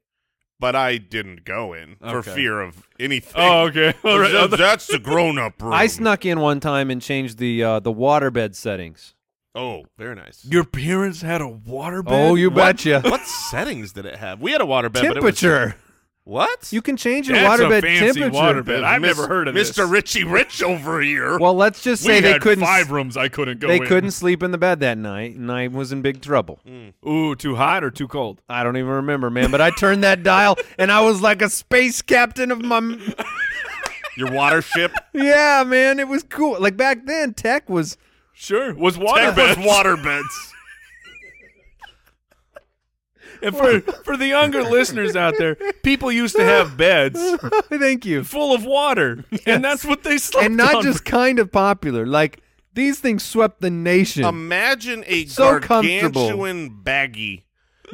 [SPEAKER 2] but I didn't go in for
[SPEAKER 1] Okay.
[SPEAKER 2] fear of anything.
[SPEAKER 1] Oh,
[SPEAKER 2] [LAUGHS]
[SPEAKER 1] okay. All right.
[SPEAKER 2] That- that's the grown up room.
[SPEAKER 4] I snuck in one time and changed the uh, the waterbed settings.
[SPEAKER 2] Oh, very nice.
[SPEAKER 1] Your parents had a water [LAUGHS] bed.
[SPEAKER 4] Oh, you
[SPEAKER 1] What?
[SPEAKER 2] [LAUGHS]
[SPEAKER 4] betcha!
[SPEAKER 2] what settings did it have? We had a water bed,
[SPEAKER 4] temperature.
[SPEAKER 2] But it was, what?
[SPEAKER 4] you can change your
[SPEAKER 1] That's a
[SPEAKER 4] waterbed
[SPEAKER 1] fancy
[SPEAKER 4] temperature.
[SPEAKER 1] waterbed. I've
[SPEAKER 2] Miss-
[SPEAKER 1] never heard of this.
[SPEAKER 2] Mr. Richie Rich over
[SPEAKER 1] [LAUGHS]
[SPEAKER 2] here.
[SPEAKER 4] Well, let's just
[SPEAKER 1] We
[SPEAKER 4] say they
[SPEAKER 1] had
[SPEAKER 4] couldn't.
[SPEAKER 1] five rooms I couldn't go
[SPEAKER 4] they
[SPEAKER 1] in. Mm.
[SPEAKER 4] couldn't sleep in the bed that night, and I was in big trouble.
[SPEAKER 1] Ooh, too hot or too cold?
[SPEAKER 4] I don't even remember, man. But I turned that
[SPEAKER 1] [LAUGHS]
[SPEAKER 4] dial, and I was like a space captain of my.
[SPEAKER 2] Your water [LAUGHS] ship.
[SPEAKER 4] Yeah, man, it was cool. Like back then, tech was. [LAUGHS]
[SPEAKER 1] Sure. Was water
[SPEAKER 2] That was
[SPEAKER 1] beds.
[SPEAKER 2] water beds.
[SPEAKER 1] And for for the younger listeners out there, people used to have beds [LAUGHS]
[SPEAKER 4] Thank you.
[SPEAKER 1] full of water, and that's what they slept
[SPEAKER 4] And not
[SPEAKER 1] on.
[SPEAKER 4] just kind of popular. Like these things swept the nation.
[SPEAKER 2] Imagine a
[SPEAKER 4] So comfortable.
[SPEAKER 2] gargantuan baggie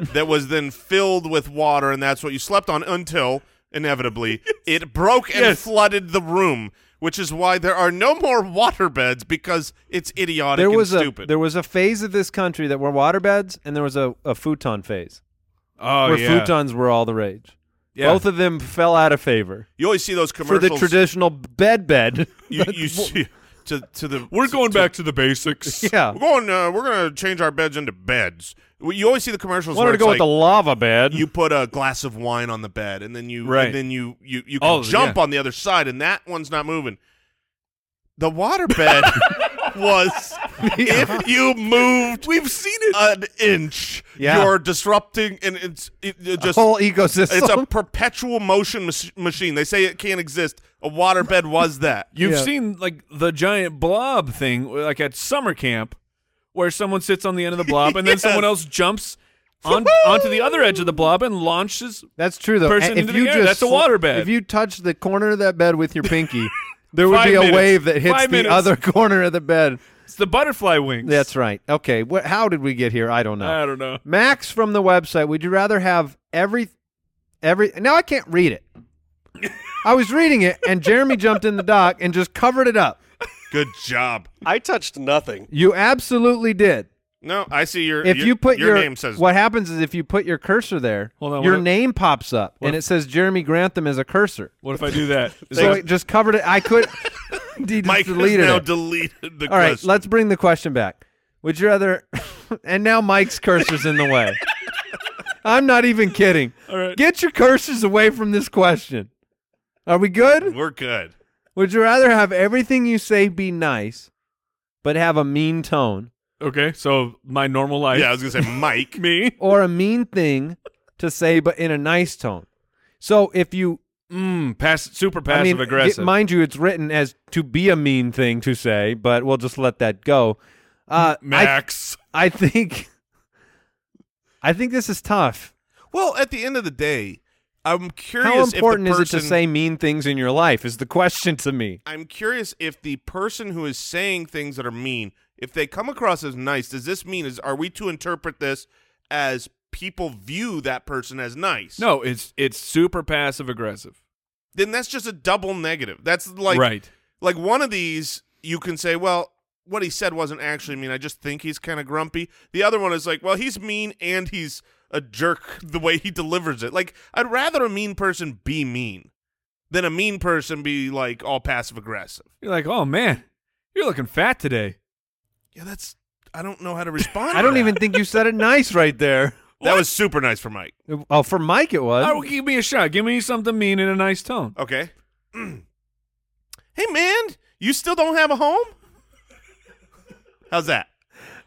[SPEAKER 2] that was then filled with water, and that's what you slept on until
[SPEAKER 4] [LAUGHS]
[SPEAKER 2] inevitably it broke and
[SPEAKER 1] Yes.
[SPEAKER 2] flooded the room. Which is why there are no more water beds because it's idiotic
[SPEAKER 4] there was
[SPEAKER 2] and
[SPEAKER 4] a
[SPEAKER 2] stupid.
[SPEAKER 4] there was a phase of this country that were waterbeds, and there was a, a futon phase
[SPEAKER 1] [LAUGHS] oh
[SPEAKER 4] where
[SPEAKER 1] yeah.
[SPEAKER 4] futons were all the rage.
[SPEAKER 1] Yeah.
[SPEAKER 4] Both of them fell out of favor
[SPEAKER 2] you always see those
[SPEAKER 4] for the
[SPEAKER 2] commercials.
[SPEAKER 4] traditional bed bed.
[SPEAKER 2] you, you see to to the
[SPEAKER 1] We're going back to the basics.
[SPEAKER 4] [LAUGHS] yeah,
[SPEAKER 2] we're going uh, we're going to change our beds into beds. You always see the commercials.
[SPEAKER 4] wanted
[SPEAKER 2] where
[SPEAKER 4] to
[SPEAKER 2] it's
[SPEAKER 4] go
[SPEAKER 2] like,
[SPEAKER 4] with the lava bed.
[SPEAKER 2] you put a glass of wine on the bed and then you
[SPEAKER 1] Right.
[SPEAKER 2] and then you you, you can
[SPEAKER 1] Oh,
[SPEAKER 2] jump
[SPEAKER 1] yeah.
[SPEAKER 2] on
[SPEAKER 4] [LAUGHS]
[SPEAKER 2] the other side and that one's not moving the water bed was if you moved
[SPEAKER 1] We've seen it.
[SPEAKER 2] an inch,
[SPEAKER 4] Yeah.
[SPEAKER 2] you're disrupting, and it's it, it just
[SPEAKER 4] whole ecosystem.
[SPEAKER 2] it's a perpetual motion mach- machine. They say it can't exist. A waterbed was that.
[SPEAKER 1] You've
[SPEAKER 4] Yeah.
[SPEAKER 1] seen like the giant blob thing, like at summer camp, where someone sits on the end of the blob
[SPEAKER 4] [LAUGHS]
[SPEAKER 1] and then
[SPEAKER 2] Yes.
[SPEAKER 1] someone else jumps on,
[SPEAKER 2] Woo-hoo!
[SPEAKER 1] onto the other edge of the blob and launches.
[SPEAKER 4] [LAUGHS] That's true though.
[SPEAKER 1] Person
[SPEAKER 4] And if
[SPEAKER 1] into the
[SPEAKER 4] you
[SPEAKER 1] air,
[SPEAKER 4] just
[SPEAKER 1] that's a water bed.
[SPEAKER 4] If you touch the corner of that bed with
[SPEAKER 1] [LAUGHS]
[SPEAKER 4] your pinky, there would
[SPEAKER 1] Five
[SPEAKER 4] be a
[SPEAKER 1] minutes.
[SPEAKER 4] wave that hits
[SPEAKER 1] Five
[SPEAKER 4] the
[SPEAKER 1] minutes.
[SPEAKER 4] other [LAUGHS] corner of the bed.
[SPEAKER 1] It's the butterfly wings.
[SPEAKER 4] That's right. Okay. What? How did we get here? I don't know.
[SPEAKER 1] I don't know.
[SPEAKER 4] Max from the website. Would you rather have every every? Now I can't
[SPEAKER 1] [LAUGHS]
[SPEAKER 4] read it. I was reading it, and Jeremy jumped in the dock and just covered it up.
[SPEAKER 2] Good job.
[SPEAKER 5] I touched nothing.
[SPEAKER 4] You absolutely did.
[SPEAKER 2] No, I see your.
[SPEAKER 4] If
[SPEAKER 2] your,
[SPEAKER 4] you put your,
[SPEAKER 2] your, name says
[SPEAKER 4] what happens is if you put your cursor there,
[SPEAKER 1] Hold on,
[SPEAKER 4] your
[SPEAKER 1] what if-
[SPEAKER 4] name pops up
[SPEAKER 1] what
[SPEAKER 4] and
[SPEAKER 1] if-
[SPEAKER 4] it says Jeremy Grantham as a cursor.
[SPEAKER 1] What if I do that? Is
[SPEAKER 4] [LAUGHS] So
[SPEAKER 1] that-
[SPEAKER 4] it just covered it. I could. he
[SPEAKER 2] [LAUGHS]
[SPEAKER 4] just
[SPEAKER 2] Mike has
[SPEAKER 4] deleted
[SPEAKER 2] now
[SPEAKER 4] it.
[SPEAKER 2] deleted the
[SPEAKER 4] All right,
[SPEAKER 2] question.
[SPEAKER 4] let's bring the question back. Would you rather? [LAUGHS] and now Mike's cursor's in the
[SPEAKER 2] [LAUGHS]
[SPEAKER 4] way. I'm not even kidding.
[SPEAKER 1] All right.
[SPEAKER 4] Get your cursors away from this question. Are we good?
[SPEAKER 2] We're good.
[SPEAKER 4] Would you rather have everything you say be nice, but have a mean tone,
[SPEAKER 1] okay, so my normal life.
[SPEAKER 2] yeah, I was gonna say
[SPEAKER 4] [LAUGHS]
[SPEAKER 2] Mike.
[SPEAKER 1] me.
[SPEAKER 4] or a mean thing to say but in a nice tone? So if you,
[SPEAKER 1] Mm, pass, super
[SPEAKER 4] I
[SPEAKER 1] passive
[SPEAKER 4] mean,
[SPEAKER 1] aggressive.
[SPEAKER 4] it- mind you, it's written as to be a mean thing to say, but we'll just let that go. Uh, I,
[SPEAKER 1] Max.
[SPEAKER 4] I think, I think this is tough.
[SPEAKER 2] Well, at the end of the day, I'm curious.
[SPEAKER 4] How important
[SPEAKER 2] if the
[SPEAKER 4] is it
[SPEAKER 2] person,
[SPEAKER 4] to say mean things in your life? Is the question to me.
[SPEAKER 2] I'm curious if the person who is saying things that are mean, if they come across as nice, does this mean is are we to interpret this as people view that person as nice?
[SPEAKER 1] no, it's it's super passive aggressive.
[SPEAKER 2] Then that's just a double negative. That's like
[SPEAKER 1] right.
[SPEAKER 2] like one of these you can say, well, what he said wasn't actually mean. I just think he's kind of grumpy. The other one is like, well, he's mean and he's a jerk [LAUGHS] the way he delivers it. Like I'd rather a mean person be mean than a mean person be like all passive aggressive.
[SPEAKER 1] You're like, oh man, you're looking fat today.
[SPEAKER 2] Yeah, that's I don't know how
[SPEAKER 4] [LAUGHS]
[SPEAKER 2] to respond. to
[SPEAKER 4] I don't
[SPEAKER 2] that.
[SPEAKER 4] even think you said it nice right there.
[SPEAKER 2] That was super nice for Mike.
[SPEAKER 4] Oh, for Mike it was.
[SPEAKER 1] Oh, give me a shot. Give me something mean in a nice tone.
[SPEAKER 2] Okay. [CLEARS THROAT] hey man, you still don't have a home? How's that?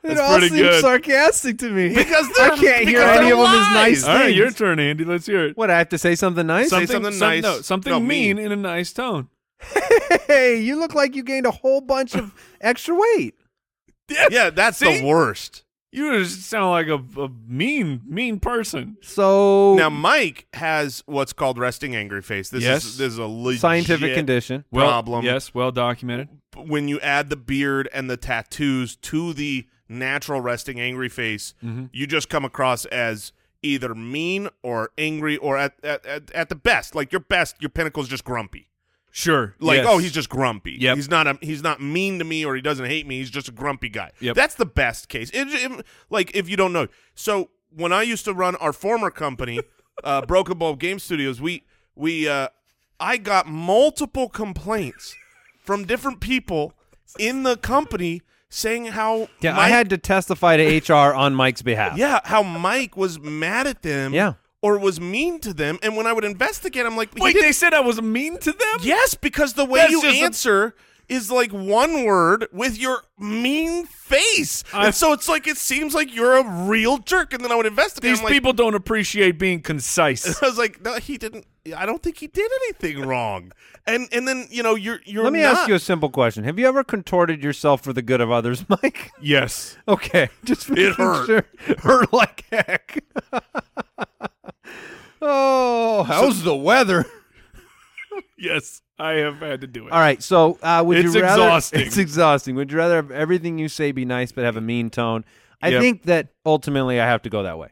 [SPEAKER 4] it
[SPEAKER 2] that's
[SPEAKER 4] all
[SPEAKER 2] pretty
[SPEAKER 4] seems
[SPEAKER 2] good.
[SPEAKER 4] sarcastic to me.
[SPEAKER 2] Because
[SPEAKER 4] [LAUGHS] I
[SPEAKER 2] they're-
[SPEAKER 4] can't hear
[SPEAKER 2] because
[SPEAKER 4] any
[SPEAKER 2] they're
[SPEAKER 4] of them as
[SPEAKER 2] lies.
[SPEAKER 4] nice
[SPEAKER 1] All right,
[SPEAKER 4] things.
[SPEAKER 1] your turn, Andy. Let's hear it.
[SPEAKER 4] what I have to say something nice?
[SPEAKER 2] Say something
[SPEAKER 1] some-
[SPEAKER 2] nice.
[SPEAKER 1] no, something
[SPEAKER 2] No,
[SPEAKER 1] mean,
[SPEAKER 2] mean.
[SPEAKER 1] in a nice tone. [LAUGHS]
[SPEAKER 4] Hey, you look like you gained a whole
[SPEAKER 2] [LAUGHS]
[SPEAKER 4] bunch of extra weight.
[SPEAKER 2] Yeah, that's
[SPEAKER 1] See?
[SPEAKER 2] the worst.
[SPEAKER 1] You just sound like a, a mean, mean person.
[SPEAKER 4] So
[SPEAKER 2] Now Mike has what's called resting angry face. This
[SPEAKER 1] Yes.
[SPEAKER 2] is this is a legit
[SPEAKER 4] scientific condition.
[SPEAKER 1] Well,
[SPEAKER 2] Problem.
[SPEAKER 1] Yes, well documented.
[SPEAKER 2] When you add the beard and the tattoos to the natural resting angry face,
[SPEAKER 4] Mm-hmm.
[SPEAKER 2] you just come across as either mean or angry or at at, at, at the best, like your best, your pinnacle's just grumpy.
[SPEAKER 1] Sure.
[SPEAKER 2] Like,
[SPEAKER 1] yes.
[SPEAKER 2] oh, he's just grumpy.
[SPEAKER 1] Yep.
[SPEAKER 2] He's not a, he's not mean to me or he doesn't hate me. He's just a grumpy guy.
[SPEAKER 1] Yep.
[SPEAKER 2] That's the best case. It, it- like if you don't know. So when I used to run our former company, [LAUGHS] uh, Broken Bulb Game Studios, we we uh, I got multiple complaints from different people in the company saying how
[SPEAKER 4] Yeah, I
[SPEAKER 2] Mike-
[SPEAKER 4] had to testify to HR on Mike's
[SPEAKER 2] [LAUGHS]
[SPEAKER 4] behalf.
[SPEAKER 2] yeah how Mike was mad at them
[SPEAKER 4] Yeah.
[SPEAKER 2] or was mean to them. And when I would investigate, I'm like, he
[SPEAKER 1] Wait,
[SPEAKER 2] didn't-
[SPEAKER 1] they said I was mean to them?
[SPEAKER 2] Yes, because the way
[SPEAKER 1] That's
[SPEAKER 2] you
[SPEAKER 1] just a-
[SPEAKER 2] answer is like one word with your mean face.
[SPEAKER 1] I-
[SPEAKER 2] and so it's like it seems like you're a real jerk. And then I would investigate.
[SPEAKER 1] These
[SPEAKER 2] I'm like-
[SPEAKER 1] people don't appreciate being concise.
[SPEAKER 2] [LAUGHS] I was like, no, he didn't. I don't think he did anything wrong. And and then you know you're you're.
[SPEAKER 4] Let me
[SPEAKER 2] not-
[SPEAKER 4] ask you a simple question. Have you ever contorted yourself for the good of others, [LAUGHS] Mike?
[SPEAKER 1] yes.
[SPEAKER 4] Okay, just making
[SPEAKER 2] hurt.
[SPEAKER 4] Sure. [LAUGHS] Hurt like heck. [LAUGHS] oh, how's the weather?
[SPEAKER 1] Yes. I have had to do it.
[SPEAKER 4] All right, so uh, would
[SPEAKER 1] It's
[SPEAKER 4] you rather?
[SPEAKER 1] exhausting.
[SPEAKER 4] It's exhausting. Would you rather have everything you say be nice but have a mean tone? I
[SPEAKER 1] Yep.
[SPEAKER 4] think that ultimately I have to go that way.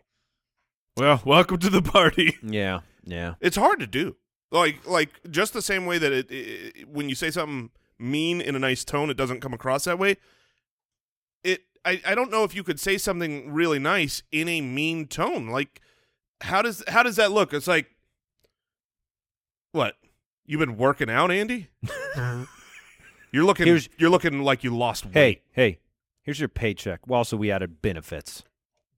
[SPEAKER 1] Well, welcome to the party.
[SPEAKER 4] Yeah, yeah.
[SPEAKER 2] It's hard to do. Like like just the same way that it, it when you say something mean in a nice tone, it doesn't come across that way. It I, I don't know if you could say something really nice in a mean tone. Like how does how does that look? It's like what? You've been working out,
[SPEAKER 4] [LAUGHS]
[SPEAKER 2] Andy? you're looking
[SPEAKER 4] Here's-
[SPEAKER 2] you're looking like you lost weight.
[SPEAKER 4] Hey, hey. Here's your paycheck. Well, also we added benefits.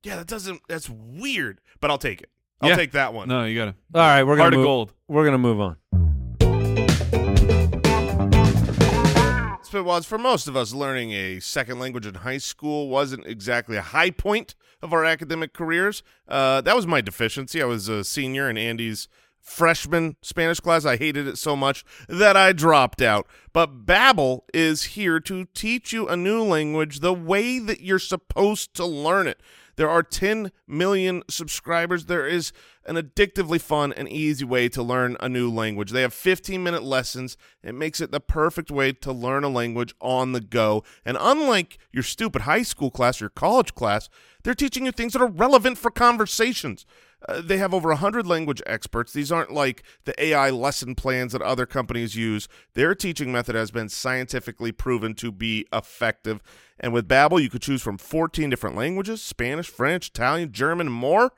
[SPEAKER 2] Yeah, that doesn't that's weird, but I'll take it. I'll
[SPEAKER 1] Yeah.
[SPEAKER 2] take that one.
[SPEAKER 1] No, you got to.
[SPEAKER 4] All right, we're gonna
[SPEAKER 1] Heart of
[SPEAKER 4] move,
[SPEAKER 1] gold.
[SPEAKER 4] We're gonna move on.
[SPEAKER 2] Spitwads, for most of us, learning a second language in high school wasn't exactly a high point of our academic careers. Uh, that was my deficiency. I was a senior in Andy's freshman Spanish class. I hated it so much that I dropped out. But Babbel is here to teach you a new language the way that you're supposed to learn it. There are 10 million subscribers. There is an addictively fun and easy way to learn a new language. They have 15 minute lessons. It makes it the perfect way to learn a language on the go. And unlike your stupid high school class, your college class, they're teaching you things that are relevant for conversations. Uh, they have over 100 language experts. These aren't like the AI lesson plans that other companies use. Their teaching method has been scientifically proven to be effective. And with Babbel, you could choose from 14 different languages, Spanish, French, Italian, German, and more.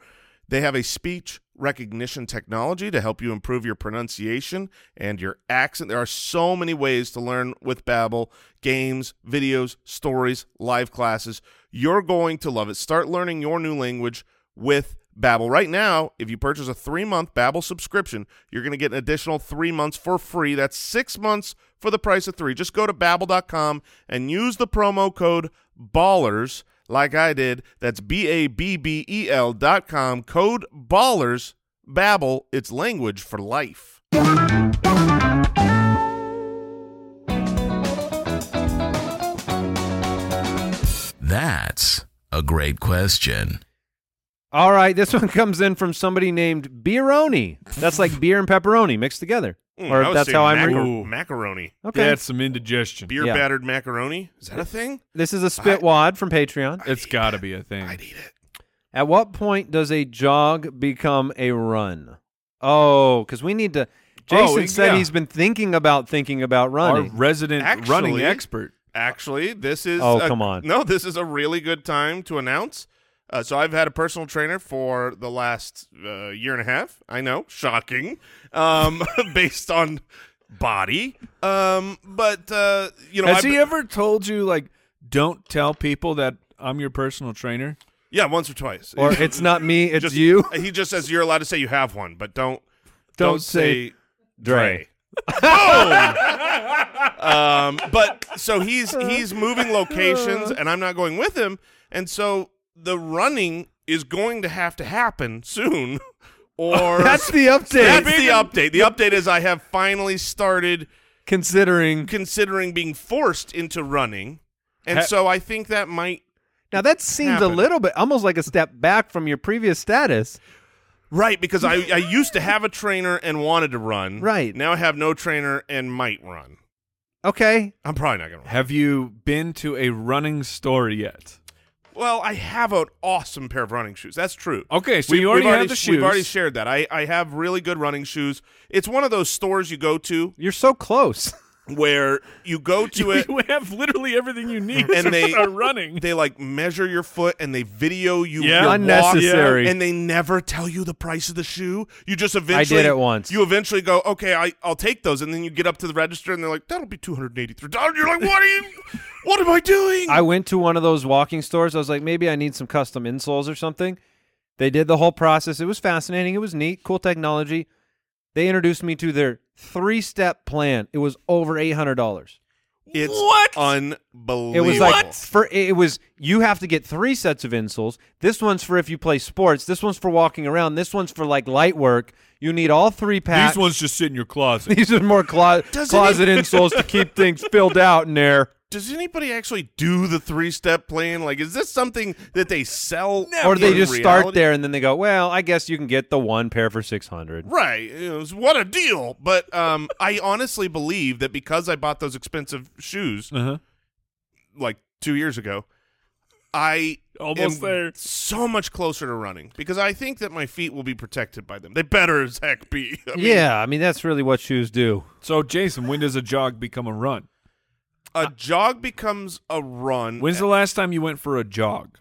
[SPEAKER 2] They have a speech recognition technology to help you improve your pronunciation and your accent. There are so many ways to learn with Babbel: games, videos, stories, live classes. You're going to love it. Start learning your new language with Babbel. Right now, if you purchase a three-month Babbel subscription, you're going to get an additional three months for free. That's six months for the price of three. Just go to Babbel.com and use the promo code BALLERS like I did. That's B A B B E L dot com. Code BALLERS. Babbel, it's language for life.
[SPEAKER 3] That's a great question.
[SPEAKER 4] All right, this [LAUGHS] one comes in from somebody named Beeroni. That's like beer and pepperoni mixed together.
[SPEAKER 1] Hmm,
[SPEAKER 2] Mm, I
[SPEAKER 4] or
[SPEAKER 2] was
[SPEAKER 4] that's
[SPEAKER 2] saying
[SPEAKER 4] how I'm
[SPEAKER 2] macar-
[SPEAKER 4] reading.
[SPEAKER 1] Ooh.
[SPEAKER 2] macaroni.
[SPEAKER 4] Okay.
[SPEAKER 1] That's some indigestion.
[SPEAKER 2] Beer
[SPEAKER 4] Yeah.
[SPEAKER 2] battered macaroni. Is that a thing?
[SPEAKER 4] This is a spitwad from Patreon.
[SPEAKER 1] It's got to be a thing.
[SPEAKER 2] eat it.
[SPEAKER 4] At what point does a jog become a run? Oh, because we need to.
[SPEAKER 1] Oh,
[SPEAKER 4] Jason said
[SPEAKER 1] yeah.
[SPEAKER 4] he's been thinking about thinking about
[SPEAKER 1] Our
[SPEAKER 4] running.
[SPEAKER 1] resident running
[SPEAKER 2] Actually-
[SPEAKER 1] expert.
[SPEAKER 2] Actually, this is
[SPEAKER 4] Oh,
[SPEAKER 2] a-
[SPEAKER 4] come on.
[SPEAKER 2] No, this is a really good time to announce. Uh, so I've had a personal trainer for the last uh, year and a half. I know, shocking, um, [LAUGHS] based on body. Um, but uh, you know,
[SPEAKER 1] Has
[SPEAKER 2] I've
[SPEAKER 1] he
[SPEAKER 2] been-
[SPEAKER 1] ever told you like, don't tell people that I'm your personal trainer?
[SPEAKER 2] yeah, once or twice.
[SPEAKER 4] [LAUGHS]
[SPEAKER 2] [LAUGHS]
[SPEAKER 4] or it's not me, it's
[SPEAKER 2] just, [LAUGHS]
[SPEAKER 4] you.
[SPEAKER 2] He just says you're allowed to say you have one, but don't
[SPEAKER 4] Don't
[SPEAKER 2] don't,
[SPEAKER 4] say
[SPEAKER 2] say,
[SPEAKER 4] Dre.
[SPEAKER 2] Dre. um, but so he's he's moving locations, and I'm not going with him, and so the running is going to have to happen soon. Or
[SPEAKER 4] [LAUGHS] That's the update.
[SPEAKER 2] That's the update. The update is I have finally started
[SPEAKER 4] Considering
[SPEAKER 2] considering being forced into running, and
[SPEAKER 1] Ha-
[SPEAKER 2] so I think that might
[SPEAKER 4] now, that seems a
[SPEAKER 2] Happened.
[SPEAKER 4] little bit almost like a step back from your previous status.
[SPEAKER 2] Right, because I, I used to have a trainer and wanted to run.
[SPEAKER 4] Right.
[SPEAKER 2] Now I have no trainer and might run.
[SPEAKER 4] Okay,
[SPEAKER 2] I'm probably not going to run.
[SPEAKER 1] Have you been to a running store yet?
[SPEAKER 2] Well, I have an awesome pair of running shoes. That's true.
[SPEAKER 1] Okay, so you already
[SPEAKER 2] we've
[SPEAKER 1] have the shoes.
[SPEAKER 2] We've already shared that. I, I have really good running shoes. It's one of those stores you go to
[SPEAKER 4] you're so close.
[SPEAKER 2] where you
[SPEAKER 1] [LAUGHS]
[SPEAKER 2] go to it.
[SPEAKER 1] You have literally everything you need [LAUGHS]
[SPEAKER 2] And they
[SPEAKER 1] are running.
[SPEAKER 2] They like measure your foot and they video you.
[SPEAKER 1] Yeah.
[SPEAKER 2] your walk,
[SPEAKER 4] Unnecessary.
[SPEAKER 2] and they never tell you the price of the shoe. You just eventually.
[SPEAKER 4] did it once.
[SPEAKER 2] You eventually go, okay, I, I'll take those, and then you get up to the register and they're like, that'll be two hundred eighty three dollars. You're like, what are you? [LAUGHS] What am I doing?
[SPEAKER 4] I went to one of those walking stores. I was like, maybe I need some custom insoles or something. They did the whole process. It was fascinating. It was neat, cool technology. They introduced me to their three step plan. It was over eight hundred dollars.
[SPEAKER 2] it's
[SPEAKER 1] What?
[SPEAKER 2] unbelievable.
[SPEAKER 4] It was like for it was you have to get three sets of insoles. This one's for if you play sports. This one's for walking around. This one's for like light work. You need all three packs.
[SPEAKER 1] These ones just sit in your closet.
[SPEAKER 4] [LAUGHS] These are more clo-
[SPEAKER 2] Doesn't
[SPEAKER 4] closet insoles to keep things filled out in there.
[SPEAKER 2] Does anybody actually do the three step plan? Like, is this something that they sell?
[SPEAKER 4] or they
[SPEAKER 2] in
[SPEAKER 4] just start
[SPEAKER 2] reality?
[SPEAKER 4] there and then they go, well, I guess you can get the one pair for six hundred.
[SPEAKER 2] Right. It was, what a deal. But um, I honestly believe that because I bought those expensive shoes
[SPEAKER 1] Uh-huh.
[SPEAKER 2] like two years ago, I
[SPEAKER 1] Almost
[SPEAKER 2] am
[SPEAKER 1] there.
[SPEAKER 2] so much closer to running because I think that my feet will be protected by them. They better as heck be. [LAUGHS] I mean,
[SPEAKER 4] yeah, I mean that's really what shoes do.
[SPEAKER 1] So, Jason, when does a jog become a run?
[SPEAKER 2] A jog becomes a run.
[SPEAKER 1] When's the last time you went for a jog?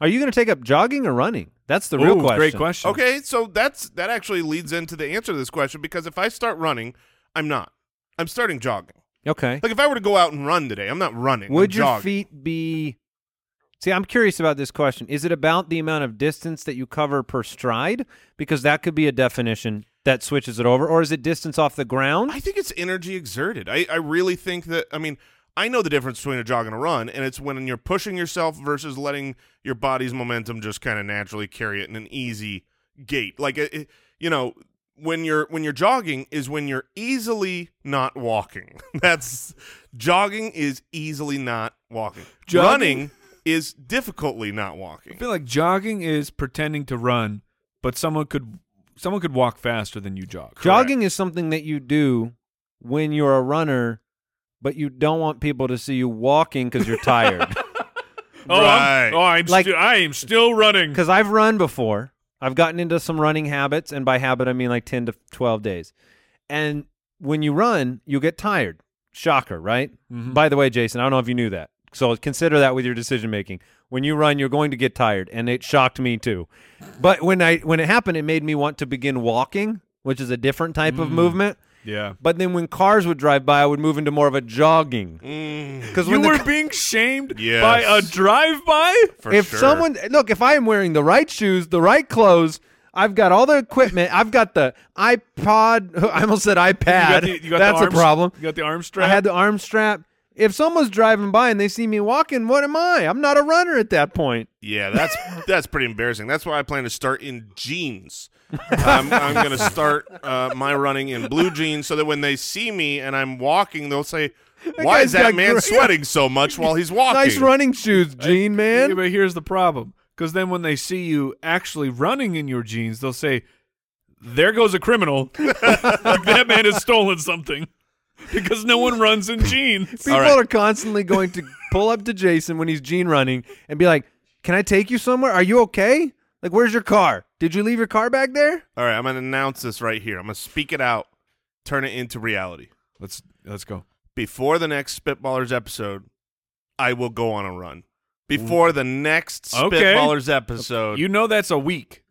[SPEAKER 4] Are you going to take up jogging or running? That's the real
[SPEAKER 1] Ooh,
[SPEAKER 4] question.
[SPEAKER 1] Great question.
[SPEAKER 2] okay, so that's that actually leads into the answer to this question because if I start running, I'm not. I'm starting jogging.
[SPEAKER 4] Okay.
[SPEAKER 2] Like if I were to go out and run today, I'm not running.
[SPEAKER 4] Would
[SPEAKER 2] I'm
[SPEAKER 4] your
[SPEAKER 2] jogging.
[SPEAKER 4] feet be? See, I'm curious about this question. Is it about the amount of distance that you cover per stride? Because that could be a definition that switches it over, or is it distance off the ground?
[SPEAKER 2] I think it's energy exerted. I, I really think that I mean I know the difference between a jog and a run, and it's when you're pushing yourself versus letting your body's momentum just kind of naturally carry it in an easy gait. Like it, it- you know when you're when you're jogging is when you're easily not walking. [LAUGHS] That's jogging is easily not walking.
[SPEAKER 1] Jogging-
[SPEAKER 2] Running is difficultly not
[SPEAKER 1] I
[SPEAKER 2] walking.
[SPEAKER 1] feel like jogging is pretending to run, but someone could someone could walk faster than you jog.
[SPEAKER 4] Jogging is something that you do when you're a runner, but you don't want people to see you walking because you're tired.
[SPEAKER 1] Oh,
[SPEAKER 2] Right.
[SPEAKER 1] I'm, oh, I'm
[SPEAKER 4] Like-
[SPEAKER 1] sti- I am still
[SPEAKER 4] [LAUGHS]
[SPEAKER 1] running.
[SPEAKER 4] Because Hmm. I've run before. I've gotten into some running habits, and by habit I mean like ten to twelve days. And when you run, you get tired. Shocker, right?
[SPEAKER 1] Mm-hmm.
[SPEAKER 4] By the way, Jason, I don't know if you knew that. So consider that with your decision making. When you run, you're going to get tired, and it shocked me too. But when I when it happened, it made me want to begin walking, which is a different type of
[SPEAKER 1] Mm.
[SPEAKER 4] movement.
[SPEAKER 1] Yeah.
[SPEAKER 4] But then when cars would drive by, I would move into more of a jogging. Because
[SPEAKER 1] Mm. You were being shamed
[SPEAKER 2] Yes.
[SPEAKER 1] by a drive-by?
[SPEAKER 2] For
[SPEAKER 4] if
[SPEAKER 2] sure.
[SPEAKER 4] someone look, if I am wearing the right shoes, the right clothes, I've got all the equipment. I've got the iPod. [LAUGHS] I almost said iPad.
[SPEAKER 1] You got the- you got the
[SPEAKER 4] That's a
[SPEAKER 1] arms-
[SPEAKER 4] problem.
[SPEAKER 1] You got the arm strap.
[SPEAKER 4] I had the arm strap. If someone's driving by and they see me walking, what am I? I'm not a runner at that point.
[SPEAKER 2] Yeah,
[SPEAKER 4] [LAUGHS]
[SPEAKER 2] that's that's pretty embarrassing. That's why I plan to start in jeans. I'm, I'm going to start uh, my running in blue jeans so that when they see me and I'm walking, they'll say, "Why
[SPEAKER 4] guy's
[SPEAKER 2] is that
[SPEAKER 4] got
[SPEAKER 2] man
[SPEAKER 4] great-
[SPEAKER 2] sweating so much while he's walking?"
[SPEAKER 4] [LAUGHS] Nice running shoes, Gene
[SPEAKER 1] Yeah,
[SPEAKER 4] man.
[SPEAKER 1] but here's the problem. Because then when they see you actually running in your jeans, they'll say, There goes a criminal. [LAUGHS] that man has stolen something. Because no one runs in jeans.
[SPEAKER 4] People
[SPEAKER 2] All right.
[SPEAKER 4] are constantly going to pull up to Jason when he's Gene running and be like, "Can I take you somewhere? Are you okay? Like, where's your car? Did you leave your car back there?"
[SPEAKER 2] All right, I'm going to announce this right here. I'm going to speak it out, turn it into reality.
[SPEAKER 1] Let's let's go.
[SPEAKER 2] Before the next Spitballers episode, I will go on a run. Before the next
[SPEAKER 1] Okay.
[SPEAKER 2] Spitballers episode,
[SPEAKER 1] You know that's a week.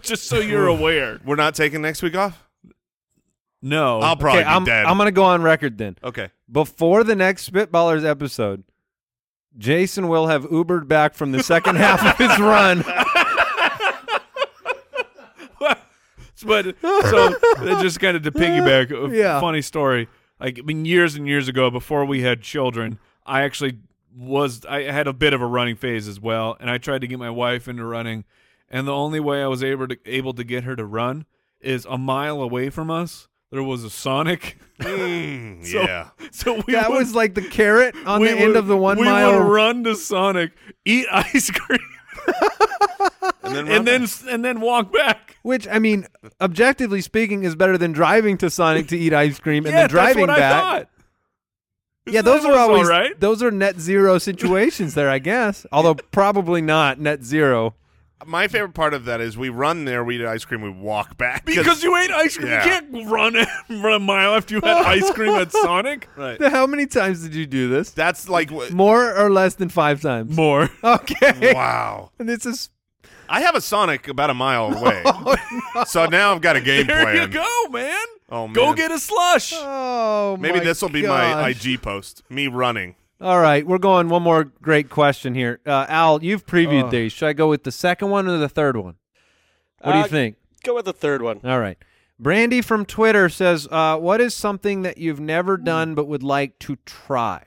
[SPEAKER 1] Just so
[SPEAKER 2] [LAUGHS]
[SPEAKER 1] you're aware.
[SPEAKER 2] we're not taking next week off.
[SPEAKER 1] No.
[SPEAKER 2] I'll probably
[SPEAKER 4] okay,
[SPEAKER 2] be
[SPEAKER 4] I'm,
[SPEAKER 2] dead.
[SPEAKER 4] I'm gonna go on record then.
[SPEAKER 2] okay.
[SPEAKER 4] before the next Spitballers episode, Jason will have Ubered back from
[SPEAKER 1] [LAUGHS]
[SPEAKER 4] the second half of his run.
[SPEAKER 1] [LAUGHS] but so that just kind of to piggyback a
[SPEAKER 4] Yeah.
[SPEAKER 1] funny story like i mean years and years ago before we had children i actually was i had a bit of a running phase as well and i tried to get my wife into running and the only way i was able to able to get her to run is a mile away from us there was a sonic [LAUGHS]
[SPEAKER 2] Mm,
[SPEAKER 1] So-
[SPEAKER 2] yeah.
[SPEAKER 1] so we
[SPEAKER 4] That
[SPEAKER 1] would-
[SPEAKER 4] was like the carrot on the
[SPEAKER 1] we
[SPEAKER 4] end
[SPEAKER 1] would-
[SPEAKER 4] of the one
[SPEAKER 1] we
[SPEAKER 4] mile.
[SPEAKER 1] would run to sonic eat [LAUGHS] ice cream
[SPEAKER 2] And then, run
[SPEAKER 1] and then and then walk back
[SPEAKER 4] Which I mean, objectively speaking, is better than driving to Sonic to eat ice cream and
[SPEAKER 1] yeah
[SPEAKER 4] then driving
[SPEAKER 1] that's what
[SPEAKER 4] back.
[SPEAKER 1] i thought
[SPEAKER 4] Yeah,
[SPEAKER 1] That
[SPEAKER 4] those are
[SPEAKER 1] was all
[SPEAKER 4] always
[SPEAKER 1] right.
[SPEAKER 4] those are net zero situations there, I
[SPEAKER 1] [LAUGHS]
[SPEAKER 4] guess. Although probably not net zero.
[SPEAKER 2] My favorite part of that is we run there, we eat ice cream, we walk back.
[SPEAKER 1] Because you ate ice cream,
[SPEAKER 2] Yeah.
[SPEAKER 1] you can't run [LAUGHS] run a mile after you had ice cream
[SPEAKER 4] [LAUGHS]
[SPEAKER 1] at Sonic.
[SPEAKER 2] Right.
[SPEAKER 4] How many times did you do this?
[SPEAKER 2] [LAUGHS] that's like wh- [LAUGHS]
[SPEAKER 4] More or less than five times.
[SPEAKER 1] More.
[SPEAKER 4] Okay.
[SPEAKER 2] wow.
[SPEAKER 4] And [LAUGHS] this is
[SPEAKER 2] I have a Sonic about
[SPEAKER 1] [LAUGHS]
[SPEAKER 2] a mile away, so now I've got a game
[SPEAKER 1] Oh, There
[SPEAKER 2] plan.
[SPEAKER 1] you go, man.
[SPEAKER 2] Oh,
[SPEAKER 1] Go
[SPEAKER 2] man.
[SPEAKER 1] get a slush.
[SPEAKER 4] oh
[SPEAKER 2] Maybe
[SPEAKER 4] my
[SPEAKER 2] this will be my
[SPEAKER 4] gosh.
[SPEAKER 2] IG post. Me running.
[SPEAKER 4] All right, we're going one more great question here. Uh, Al, you've previewed
[SPEAKER 1] Ugh.
[SPEAKER 4] these. Should I go with the second one or the third one? What do you
[SPEAKER 5] Uh,
[SPEAKER 4] think?
[SPEAKER 5] Go with the third one.
[SPEAKER 4] All right. Brandy from Twitter says, uh, "What is something that you've
[SPEAKER 1] Hmm.
[SPEAKER 4] never done but would like to try?"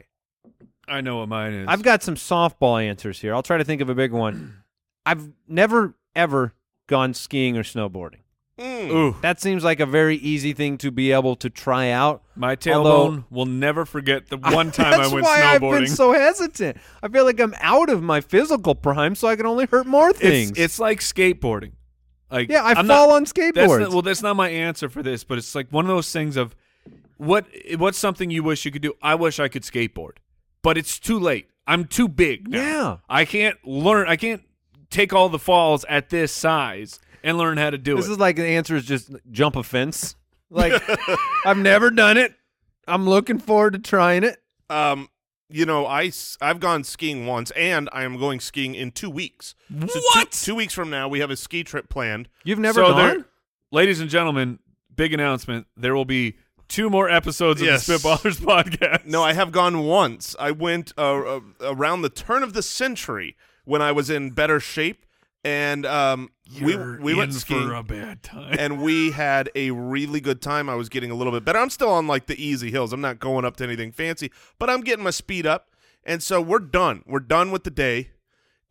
[SPEAKER 1] I know what mine is.
[SPEAKER 4] I've got some softball answers here. I'll try to think of a
[SPEAKER 1] [CLEARS THROAT]
[SPEAKER 4] big one. I've never ever gone skiing or snowboarding.
[SPEAKER 2] Hmm.
[SPEAKER 1] Ooh,
[SPEAKER 4] That seems like a very easy thing to be able to try out.
[SPEAKER 1] my tailbone
[SPEAKER 4] Although-
[SPEAKER 1] will never forget
[SPEAKER 4] [LAUGHS]
[SPEAKER 1] the [LAUGHS] one time I
[SPEAKER 4] That's
[SPEAKER 1] went
[SPEAKER 4] why I've
[SPEAKER 1] snowboarding.
[SPEAKER 4] been so hesitant. I feel like I'm out of my physical prime, so I can only hurt more things.
[SPEAKER 1] it's, it's like skateboarding. Like
[SPEAKER 4] yeah, I
[SPEAKER 1] I'm
[SPEAKER 4] fall
[SPEAKER 1] not-
[SPEAKER 4] on
[SPEAKER 1] That's
[SPEAKER 4] skateboards.
[SPEAKER 1] not, well, that's not my answer for this, but it's like one of those things of what what's something you wish you could do? I wish I could skateboard, but it's too late. I'm too big now.
[SPEAKER 4] Yeah.
[SPEAKER 1] I can't learn. I can't take all the falls at this size and learn how to do
[SPEAKER 4] this
[SPEAKER 1] it.
[SPEAKER 4] is like the answer is just jump a fence. [LAUGHS] Like I've never done it. I'm looking forward to trying it.
[SPEAKER 2] Um, you know, I s- I've gone skiing once, and I am going skiing in two weeks. So two-
[SPEAKER 1] What?
[SPEAKER 2] Two, weeks from now, we have a ski trip planned.
[SPEAKER 4] You've never
[SPEAKER 1] so there-
[SPEAKER 4] gone?
[SPEAKER 1] ladies and gentlemen, big announcement: there will be two more episodes
[SPEAKER 2] Yes.
[SPEAKER 1] of the Spitballers [LAUGHS] podcast.
[SPEAKER 2] No, I have gone once. I went uh, uh, around the turn of the century when I was in better shape, and um, we we went skiing
[SPEAKER 1] [LAUGHS] bad time.
[SPEAKER 2] and we had a really good time. I was getting a little bit better. I'm still on like the easy hills. I'm not going up to anything fancy, but I'm getting my speed up. And so we're done. We're done with the day.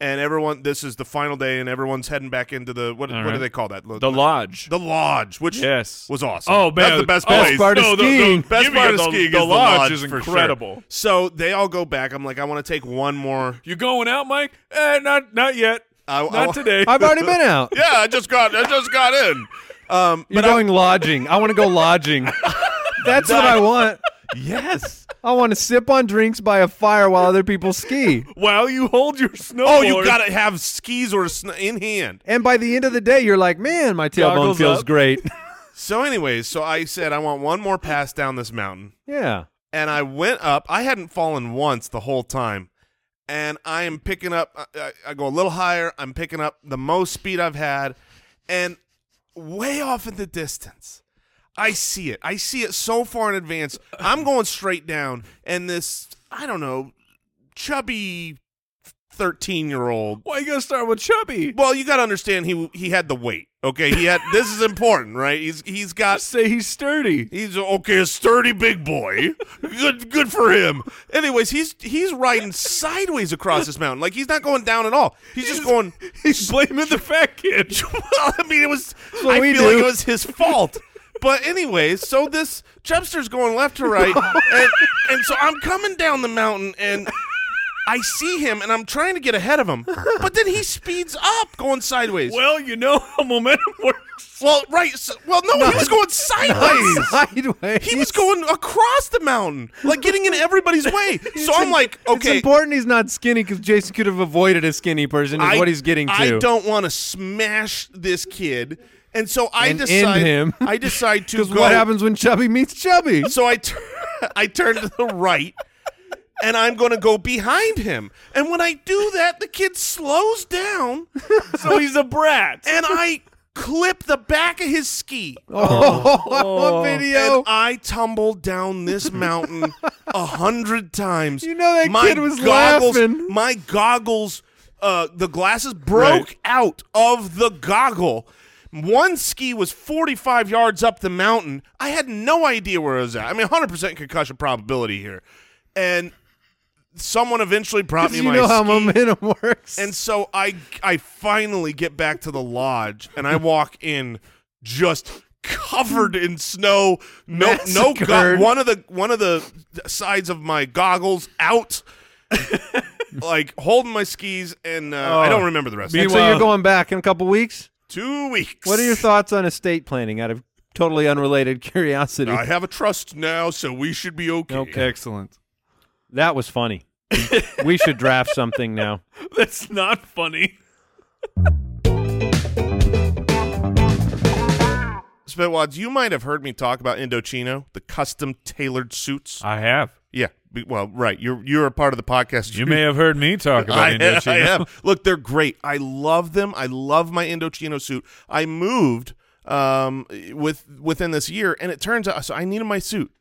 [SPEAKER 2] And everyone, this is the final day, and everyone's heading back into the what?
[SPEAKER 1] All
[SPEAKER 2] What do
[SPEAKER 1] right.
[SPEAKER 2] they call that? Lo-
[SPEAKER 1] the lodge.
[SPEAKER 2] [LAUGHS] the lodge, which
[SPEAKER 1] Yes.
[SPEAKER 2] was awesome.
[SPEAKER 1] Oh, man.
[SPEAKER 2] that's the best
[SPEAKER 1] Best
[SPEAKER 2] place.
[SPEAKER 4] part of
[SPEAKER 2] No, the-
[SPEAKER 4] skiing.
[SPEAKER 2] The, best
[SPEAKER 1] Give me
[SPEAKER 2] part of
[SPEAKER 1] the-
[SPEAKER 2] skiing
[SPEAKER 1] the
[SPEAKER 2] is
[SPEAKER 1] lodge
[SPEAKER 2] the lodge
[SPEAKER 1] is
[SPEAKER 2] for sure.
[SPEAKER 1] incredible.
[SPEAKER 2] So they all go back. I'm like, I want to take one more.
[SPEAKER 1] you going out, Mike? Eh, not not yet.
[SPEAKER 2] I- [LAUGHS] I-
[SPEAKER 1] not today.
[SPEAKER 4] [LAUGHS] I've already been out.
[SPEAKER 2] Yeah, I just got, I just got in. Um,
[SPEAKER 4] You're
[SPEAKER 2] but I-
[SPEAKER 4] going lodging. I want to
[SPEAKER 2] [LAUGHS]
[SPEAKER 4] go lodging. That's what I want.
[SPEAKER 2] yes.
[SPEAKER 4] I want to sip on drinks by a fire while other people ski.
[SPEAKER 1] While you hold your snowboard.
[SPEAKER 2] Oh, you got to have skis or sn- in hand.
[SPEAKER 4] And by the end of the day, you're like, man, my tailbone
[SPEAKER 1] Goggles
[SPEAKER 4] feels
[SPEAKER 1] up.
[SPEAKER 2] [LAUGHS]
[SPEAKER 4] great.
[SPEAKER 2] So, anyways, so I said I want one more pass down this mountain,
[SPEAKER 4] yeah.
[SPEAKER 2] and I went up. I hadn't fallen once the whole time, and I am picking up. I, I, I go a little higher. I'm picking up the most speed I've had, and way off in the distance, I see it. I see it so far in advance. I'm going straight down, and this I don't know, chubby thirteen year old
[SPEAKER 1] Why you gotta start with
[SPEAKER 2] [LAUGHS]
[SPEAKER 1] chubby?
[SPEAKER 2] Well, you got to understand he he had the weight. Okay, he had this is important, right? He's he's got
[SPEAKER 1] Just say he's sturdy.
[SPEAKER 2] he's okay, a sturdy big boy. Good good for him. Anyways, he's he's riding sideways across this mountain. Like he's not going down at all. He's just going
[SPEAKER 1] [LAUGHS]
[SPEAKER 2] [LAUGHS]
[SPEAKER 1] He's blaming the fat kid.
[SPEAKER 2] well, I mean, it was.
[SPEAKER 4] what
[SPEAKER 2] I
[SPEAKER 4] we
[SPEAKER 2] feel like
[SPEAKER 4] do.
[SPEAKER 2] it was his fault. But anyways, so this Chubster's going left to right, and, and so I'm coming down the mountain, and I see him, and I'm trying to get ahead of him, but then he speeds up, going sideways. Well,
[SPEAKER 1] Well, you know how momentum works.
[SPEAKER 2] right, so, well, no, he was going sideways.
[SPEAKER 4] [LAUGHS] Sideways.
[SPEAKER 2] He was going across the mountain, like getting in everybody's way. So I'm like,
[SPEAKER 4] [LAUGHS] It's
[SPEAKER 2] okay,
[SPEAKER 4] important he's not skinny because Jason could have avoided a skinny person, is
[SPEAKER 2] I-
[SPEAKER 4] what he's getting to.
[SPEAKER 2] I don't want to smash this kid, and so I
[SPEAKER 4] And end
[SPEAKER 2] decide.
[SPEAKER 4] him.
[SPEAKER 2] [LAUGHS] I decide
[SPEAKER 4] [LAUGHS]
[SPEAKER 2] to
[SPEAKER 4] Because
[SPEAKER 2] go.
[SPEAKER 4] what happens when Chubby
[SPEAKER 2] [LAUGHS]
[SPEAKER 4] meets Chubby?
[SPEAKER 2] So I, tur- I turn to the right, and I'm going to go behind him. And when I do that, the kid slows
[SPEAKER 4] [LAUGHS]
[SPEAKER 2] down,
[SPEAKER 1] So he's a brat.
[SPEAKER 2] and I clip the back of his ski.
[SPEAKER 4] Oh, I want video.
[SPEAKER 2] And I tumbled down this mountain a hundred times.
[SPEAKER 4] You know that
[SPEAKER 2] my
[SPEAKER 4] kid was
[SPEAKER 2] goggles,
[SPEAKER 4] laughing.
[SPEAKER 2] My goggles, uh, the glasses broke out of the goggle. One ski was 45 yards up the mountain. I had no idea where I was at. I mean, 100% concussion probability here. And someone eventually brought
[SPEAKER 4] [LAUGHS]
[SPEAKER 2] me
[SPEAKER 4] 'Cause you
[SPEAKER 2] my
[SPEAKER 4] know how
[SPEAKER 2] ski.
[SPEAKER 4] momentum [LAUGHS] works.
[SPEAKER 2] And so I I finally get back to the lodge and I walk in just covered in snow. No no go-
[SPEAKER 4] Massacred.
[SPEAKER 2] one of the one of the sides of my goggles out. like holding my skis and uh, I don't remember the rest.
[SPEAKER 4] And
[SPEAKER 2] of it.
[SPEAKER 4] so you're
[SPEAKER 1] Meanwhile-
[SPEAKER 4] going back in a couple weeks.
[SPEAKER 2] Two weeks.
[SPEAKER 4] What
[SPEAKER 2] [LAUGHS]
[SPEAKER 4] are your thoughts on estate planning? Out of totally unrelated [LAUGHS] curiosity.
[SPEAKER 2] I have a trust now, so we should be okay.
[SPEAKER 1] Excellent.
[SPEAKER 4] That was funny. we should draft
[SPEAKER 2] [LAUGHS]
[SPEAKER 4] something now.
[SPEAKER 1] [LAUGHS] That's not funny.
[SPEAKER 2] Spitwads, you might have heard me talk about Indochino, the custom tailored suits.
[SPEAKER 1] I have.
[SPEAKER 2] yeah, be- well, right. You're you're a part of the podcast.
[SPEAKER 1] You may have heard me talk about
[SPEAKER 2] [LAUGHS] I,
[SPEAKER 1] Indochino.
[SPEAKER 2] I have. Look, they're great. I love them. I love my Indochino suit. I moved um, with within this year, and it turns out so I needed my suit.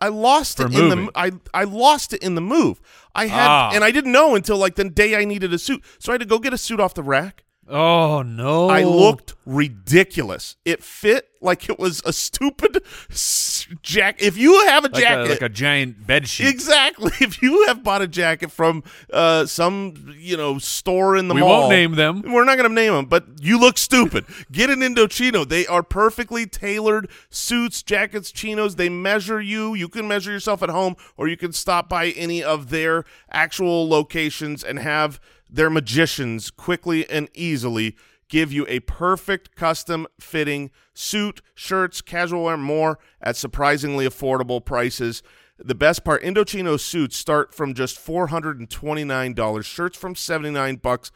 [SPEAKER 2] I lost
[SPEAKER 1] For
[SPEAKER 2] it in the
[SPEAKER 1] moving.
[SPEAKER 2] m- I I lost it in the move. I had
[SPEAKER 1] Ah.
[SPEAKER 2] and I didn't know until like the day I needed a suit, so I had to go get a suit off the rack.
[SPEAKER 1] [LAUGHS] Oh no!
[SPEAKER 2] I looked ridiculous. It fit like it was a stupid s- jack. If you have a
[SPEAKER 1] like
[SPEAKER 2] jacket,
[SPEAKER 1] a, like a giant bed sheet.
[SPEAKER 2] Exactly. [LAUGHS] If you have bought a jacket from uh, some you know store in the
[SPEAKER 1] We
[SPEAKER 2] mall,
[SPEAKER 1] won't name them.
[SPEAKER 2] We're not going to name them, but you look stupid. Get an Indochino. They are perfectly tailored suits, jackets, chinos. They measure you. You can measure yourself at home, or you can stop by any of their actual locations and have their magicians quickly and easily give you a perfect custom fitting suit, shirts, casual wear, more at surprisingly affordable prices. The best part, Indochino suits start from just $429, shirts from 79 bucks.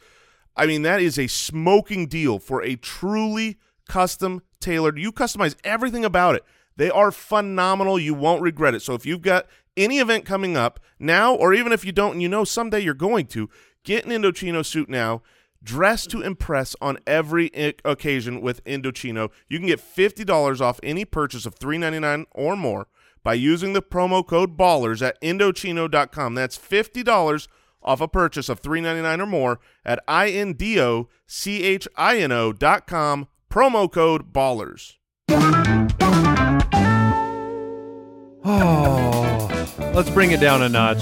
[SPEAKER 2] I mean, that is a smoking deal for a truly custom tailored. You customize everything about it. They are phenomenal. You won't regret it. So if you've got any event coming up now, or even if you don't and you know someday you're going to, get an Indochino suit now. Dress to impress on every i- occasion with Indochino. You can get $50 off any purchase of $3.99 or more by using the promo code BALLERS at Indochino.com. That's $50 off a purchase of three ninety nine or more at I-N-D-O-C-H-I-N-O dot com, promo code BALLERS.
[SPEAKER 4] Oh, let's bring it down a notch.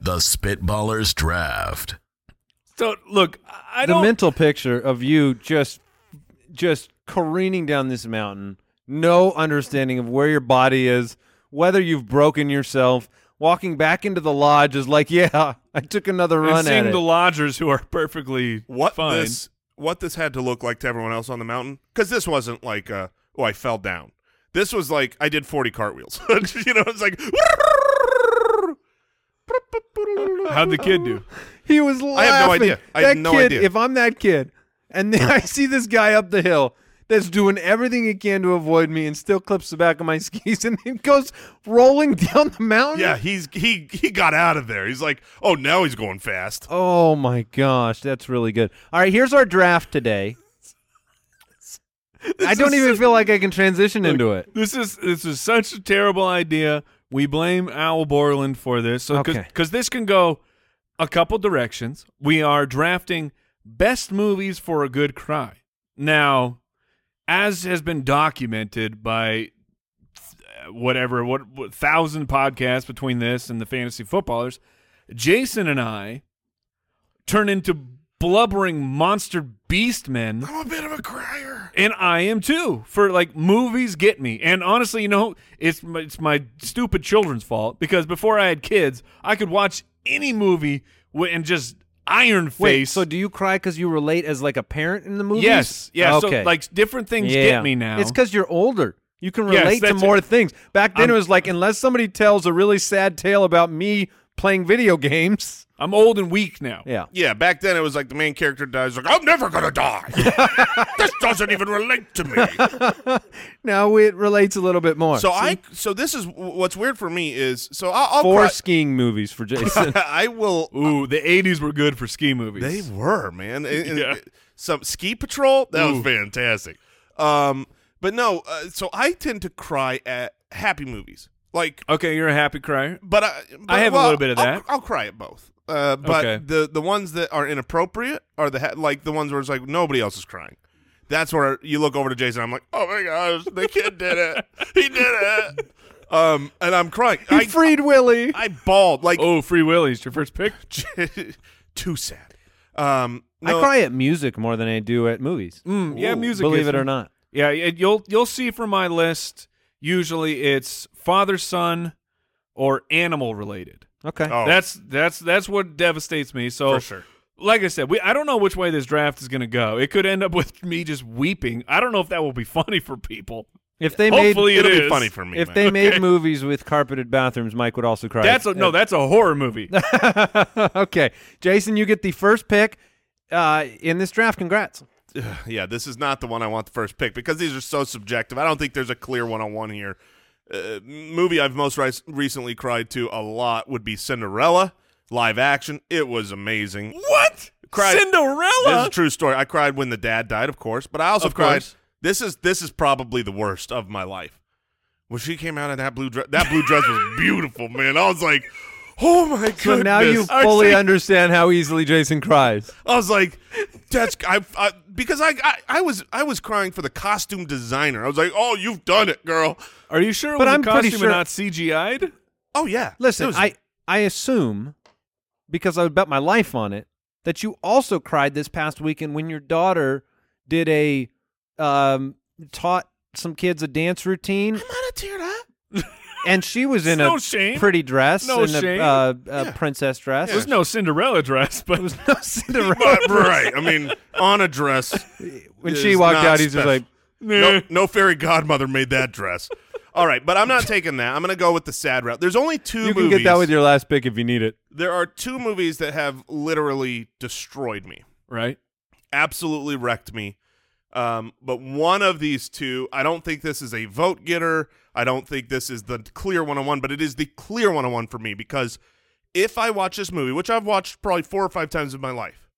[SPEAKER 3] The Spitballers Draft.
[SPEAKER 1] So look, I
[SPEAKER 4] the
[SPEAKER 1] don't.
[SPEAKER 4] mental picture of you just just careening down this mountain, no understanding of where your body is, whether you've broken yourself, walking back into the lodge is like, [LAUGHS] yeah, I took another
[SPEAKER 1] and
[SPEAKER 4] run
[SPEAKER 1] seeing
[SPEAKER 4] at it.
[SPEAKER 1] the lodgers who are perfectly
[SPEAKER 2] what
[SPEAKER 1] fine.
[SPEAKER 2] this what this had to look like to everyone else on the mountain because this wasn't like uh oh I fell down. This was like I did forty cartwheels. [LAUGHS] you know, it's like
[SPEAKER 1] How'd the kid do?
[SPEAKER 4] he was laughing.
[SPEAKER 2] I have no idea. I
[SPEAKER 4] that
[SPEAKER 2] have no
[SPEAKER 4] kid,
[SPEAKER 2] idea.
[SPEAKER 4] If I'm that kid, and then [LAUGHS] I see this guy up the hill that's doing everything he can to avoid me and still clips the back of my [LAUGHS] skis and then goes rolling down the mountain.
[SPEAKER 2] yeah, he's he he got out of there. He's like, oh now he's going fast.
[SPEAKER 4] Oh my gosh, that's really good. All right, here's our draft today. I don't even feel like I can transition into it.
[SPEAKER 1] This is this is such a terrible idea. We blame Al Borland for this. So because
[SPEAKER 4] Okay.
[SPEAKER 1] this can go a couple directions. We are drafting best movies for a good cry. Now, as has been documented by uh, whatever what, what thousand podcasts between this and the fantasy footballers, Jason and I turn into blubbering monster beast men
[SPEAKER 2] I'm a bit of a crier.
[SPEAKER 1] and I am too. For like movies get me. And honestly, you know, it's my, it's my stupid children's fault because before I had kids, I could watch any movie wi- and just iron face.
[SPEAKER 4] Wait, so do you cry because you relate as like a parent in the movie?
[SPEAKER 1] yes, yeah. So
[SPEAKER 4] Okay.
[SPEAKER 1] like different things
[SPEAKER 4] Yeah.
[SPEAKER 1] get me now.
[SPEAKER 4] It's because you're older. You can
[SPEAKER 1] Yes,
[SPEAKER 4] relate to
[SPEAKER 1] that's
[SPEAKER 4] more
[SPEAKER 1] it.
[SPEAKER 4] things. Back
[SPEAKER 1] I'm-
[SPEAKER 4] then, it was like unless somebody tells a really sad tale about me playing video games.
[SPEAKER 1] I'm old and weak now.
[SPEAKER 4] [LAUGHS] Yeah.
[SPEAKER 2] Yeah, back then it was like the main character dies. Like I'm never gonna die. this doesn't even relate to me.
[SPEAKER 4] Now it relates a little bit more.
[SPEAKER 2] So
[SPEAKER 4] See?
[SPEAKER 2] I so this is what's weird for me is so I'll, I'll
[SPEAKER 4] four
[SPEAKER 2] cry-
[SPEAKER 4] skiing movies for [LAUGHS] Jason.
[SPEAKER 2] [LAUGHS] I will
[SPEAKER 1] Ooh, the '80s were good for ski movies.
[SPEAKER 2] They were, man. And- and
[SPEAKER 1] Yeah.
[SPEAKER 2] Some ski patrol that was
[SPEAKER 1] Ooh.
[SPEAKER 2] fantastic. Um, but no, uh, so I tend to cry at happy movies, like.
[SPEAKER 1] okay, you're a happy crier.
[SPEAKER 2] But I, but-
[SPEAKER 1] have a
[SPEAKER 2] well,
[SPEAKER 1] little bit of
[SPEAKER 2] I'll-
[SPEAKER 1] that.
[SPEAKER 2] I'll, cry at both. Uh, but
[SPEAKER 1] Okay.
[SPEAKER 2] the the ones that are inappropriate are the ha- like the ones where it's like nobody else is crying. That's where you look over to Jason. I'm like, oh my gosh, the kid did it. He did it. Um, and I'm crying. I,
[SPEAKER 4] [LAUGHS] he freed Willie.
[SPEAKER 2] I bawled like
[SPEAKER 1] Oh, Free Willy's your first
[SPEAKER 4] [LAUGHS]
[SPEAKER 1] pick.
[SPEAKER 2] [LAUGHS] too sad. Um, no,
[SPEAKER 4] I cry at music more than I do at movies.
[SPEAKER 1] Mm, [LAUGHS] yeah,
[SPEAKER 4] Ooh.
[SPEAKER 1] music
[SPEAKER 4] Believe
[SPEAKER 1] is-
[SPEAKER 4] it or not.
[SPEAKER 1] Yeah, it, you'll you'll see from my list. Usually, it's father son or animal related.
[SPEAKER 4] Okay.
[SPEAKER 2] Oh.
[SPEAKER 1] That's that's that's what devastates me. So
[SPEAKER 2] For sure.
[SPEAKER 1] Like I said, we I don't know which way this draft is going to go. It could end up with me just weeping. I don't know if that will be funny for people.
[SPEAKER 4] If they
[SPEAKER 1] Hopefully,
[SPEAKER 4] made
[SPEAKER 2] it'll
[SPEAKER 1] it
[SPEAKER 2] be
[SPEAKER 1] is.
[SPEAKER 2] funny for me.
[SPEAKER 4] if
[SPEAKER 2] man.
[SPEAKER 4] they made movies with carpeted bathrooms, Mike would also cry.
[SPEAKER 1] That's a, no, that's a horror
[SPEAKER 4] [LAUGHS]
[SPEAKER 1] movie.
[SPEAKER 4] okay, Jason, you get the first pick uh, in this draft. Congrats.
[SPEAKER 2] yeah, this is not the one I want the first pick because these are so subjective. I don't think there's a clear one on one here. Uh, movie I've most ri- recently cried to a lot would be Cinderella live action. It was amazing.
[SPEAKER 1] what?
[SPEAKER 2] Cried- This is
[SPEAKER 1] Cinderella?
[SPEAKER 2] a true story. I cried when the dad died, of course, but I also
[SPEAKER 1] Of
[SPEAKER 2] cried.
[SPEAKER 1] course.
[SPEAKER 2] This is this is probably the worst of my life. When she came out in that blue dress, that blue dress
[SPEAKER 4] [LAUGHS]
[SPEAKER 2] was beautiful, man. I was like, oh my goodness.
[SPEAKER 4] So now you
[SPEAKER 2] I
[SPEAKER 4] fully
[SPEAKER 2] see-
[SPEAKER 4] understand how easily Jason cries.
[SPEAKER 2] I was like, that's I, I because I, I I was I was crying for the costume designer. I was like, oh, you've done it, girl.
[SPEAKER 1] Are you sure?
[SPEAKER 4] But
[SPEAKER 1] it was
[SPEAKER 4] I'm
[SPEAKER 1] a
[SPEAKER 4] pretty
[SPEAKER 1] costume
[SPEAKER 4] sure-
[SPEAKER 1] and not CGI'd.
[SPEAKER 2] Oh yeah.
[SPEAKER 4] Listen,
[SPEAKER 2] It was-
[SPEAKER 4] I I assume because I would bet my life on it that you also cried this past weekend when your daughter did a um, taught some kids a dance routine. I'm not a and she was in
[SPEAKER 1] It's no
[SPEAKER 4] a
[SPEAKER 1] shame.
[SPEAKER 4] pretty dress,
[SPEAKER 1] No
[SPEAKER 4] in
[SPEAKER 1] shame.
[SPEAKER 4] a, uh, a princess dress.
[SPEAKER 1] There's no Cinderella dress, but
[SPEAKER 4] It was
[SPEAKER 1] [LAUGHS]
[SPEAKER 4] no Cinderella.
[SPEAKER 2] but right. I mean, on a dress.
[SPEAKER 4] [LAUGHS] when
[SPEAKER 2] is
[SPEAKER 4] she walked
[SPEAKER 2] not
[SPEAKER 4] out, he's just
[SPEAKER 2] special.
[SPEAKER 4] like,
[SPEAKER 2] No, no fairy godmother made that dress. All right, but I'm not taking that. I'm gonna go with the sad route. There's only two
[SPEAKER 4] "You
[SPEAKER 2] movies.
[SPEAKER 4] can get that with your last pick if you need it."
[SPEAKER 2] there are two movies that have literally destroyed me.
[SPEAKER 1] right.
[SPEAKER 2] absolutely wrecked me. Um, but one of these two, I don't think this is a vote getter. I don't think this is the clear one on one, but it is the clear one on one for me because if I watch this movie, which I've watched probably four or five times in my life,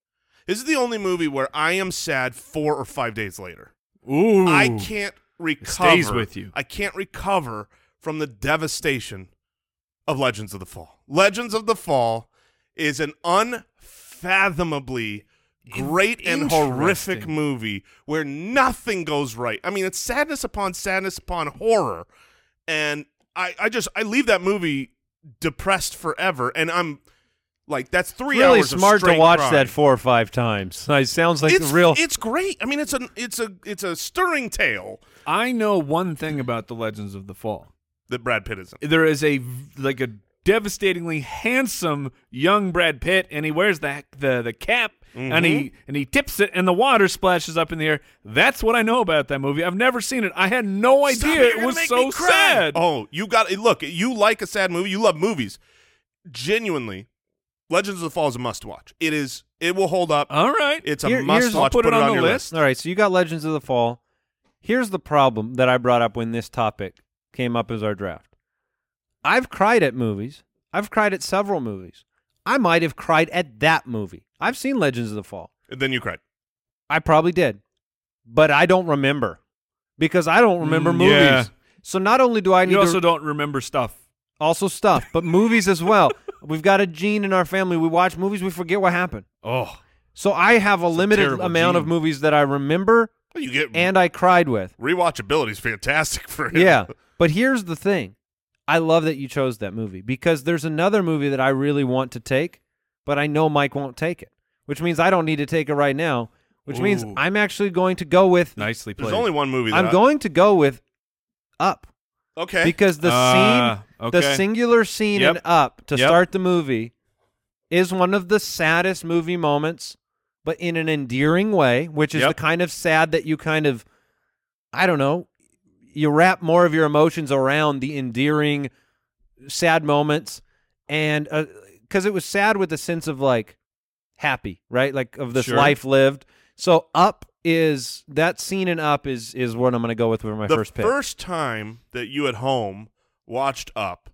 [SPEAKER 2] this is the only movie where I am sad four or five days later.
[SPEAKER 1] Ooh,
[SPEAKER 2] I can't recover.
[SPEAKER 1] stays with you.
[SPEAKER 2] I can't recover from the devastation of Legends of the Fall. Legends of the Fall is an unfathomably great and horrific
[SPEAKER 1] Interesting.
[SPEAKER 2] movie where nothing goes right. I mean, it's sadness upon sadness upon horror. And I, I just I leave that movie depressed forever and I'm like that's three
[SPEAKER 4] really
[SPEAKER 2] hours of
[SPEAKER 4] smart to
[SPEAKER 2] straight
[SPEAKER 4] watch
[SPEAKER 2] crying.
[SPEAKER 4] that four or five times. [LAUGHS] It sounds like
[SPEAKER 2] it's
[SPEAKER 4] the real.
[SPEAKER 2] it's great. I mean it's a it's a it's a stirring tale
[SPEAKER 1] I know one thing about the Legends of the Fall.
[SPEAKER 2] that Brad Pitt is in.
[SPEAKER 1] There is a v- like a devastatingly handsome young Brad Pitt, and he wears the the the cap. And he
[SPEAKER 2] Mm-hmm.
[SPEAKER 1] and he tips it, and the water splashes up in the air. That's what I know about that movie. I've never seen it. I had no idea
[SPEAKER 2] Stop it, you're
[SPEAKER 1] it
[SPEAKER 2] gonna
[SPEAKER 1] was
[SPEAKER 2] make
[SPEAKER 1] so
[SPEAKER 2] me cry.
[SPEAKER 1] sad.
[SPEAKER 2] Oh, you got it. Look, you like a sad movie. You love movies. Genuinely, Legends of the Fall is a must watch. It is. It will hold up.
[SPEAKER 1] All right,
[SPEAKER 2] It's a
[SPEAKER 4] Here- here's-
[SPEAKER 2] must watch.
[SPEAKER 1] I'll put it on the
[SPEAKER 2] your
[SPEAKER 1] list.
[SPEAKER 4] All right, so you got Legends of the Fall. Here's the problem that I brought up when this topic came up as our draft. I've cried at movies. I've cried at several movies. I might have cried at that movie. I've seen Legends of the Fall.
[SPEAKER 2] And then you cried.
[SPEAKER 4] I probably did, but I don't remember because I don't remember
[SPEAKER 1] Mm,
[SPEAKER 4] movies.
[SPEAKER 1] yeah.
[SPEAKER 4] So not only do I need
[SPEAKER 1] you also
[SPEAKER 4] to
[SPEAKER 1] don't remember stuff.
[SPEAKER 4] also stuff, but movies as well. [LAUGHS] We've got a gene in our family. We watch movies, we forget what happened.
[SPEAKER 1] Oh,
[SPEAKER 4] So I have a
[SPEAKER 1] It's a
[SPEAKER 4] limited
[SPEAKER 1] terrible
[SPEAKER 4] amount of
[SPEAKER 1] gene.
[SPEAKER 4] movies that I remember
[SPEAKER 2] Well, You get
[SPEAKER 4] and I
[SPEAKER 1] [LAUGHS]
[SPEAKER 4] cried with.
[SPEAKER 2] rewatchability is fantastic [LAUGHS] for him.
[SPEAKER 4] Yeah. But here's the thing. I love that you chose that movie because there's another movie that I really want to take, but I know Mike won't take it, which means I don't need to take it right now, which means
[SPEAKER 1] Ooh.
[SPEAKER 4] I'm actually going to go with
[SPEAKER 1] nicely played.
[SPEAKER 2] There's only one movie. That
[SPEAKER 4] I'm
[SPEAKER 2] I-
[SPEAKER 4] going to go with Up
[SPEAKER 2] Okay.
[SPEAKER 4] because the
[SPEAKER 1] Ah,
[SPEAKER 4] scene, the
[SPEAKER 1] okay.
[SPEAKER 4] singular scene
[SPEAKER 1] Yep.
[SPEAKER 4] in Up to
[SPEAKER 1] Yep.
[SPEAKER 4] start the movie, is one of the saddest movie moments, but in an endearing way, which is
[SPEAKER 1] Yep.
[SPEAKER 4] the kind of sad that you kind of, I don't know, you wrap more of your emotions around the endearing, sad moments, and because it was sad with a sense of like happy, right, like of this
[SPEAKER 1] Sure.
[SPEAKER 4] life lived. So Up is that scene in Up is is what I'm going to go with for my
[SPEAKER 2] the
[SPEAKER 4] first pick.
[SPEAKER 2] time that you at home watched Up,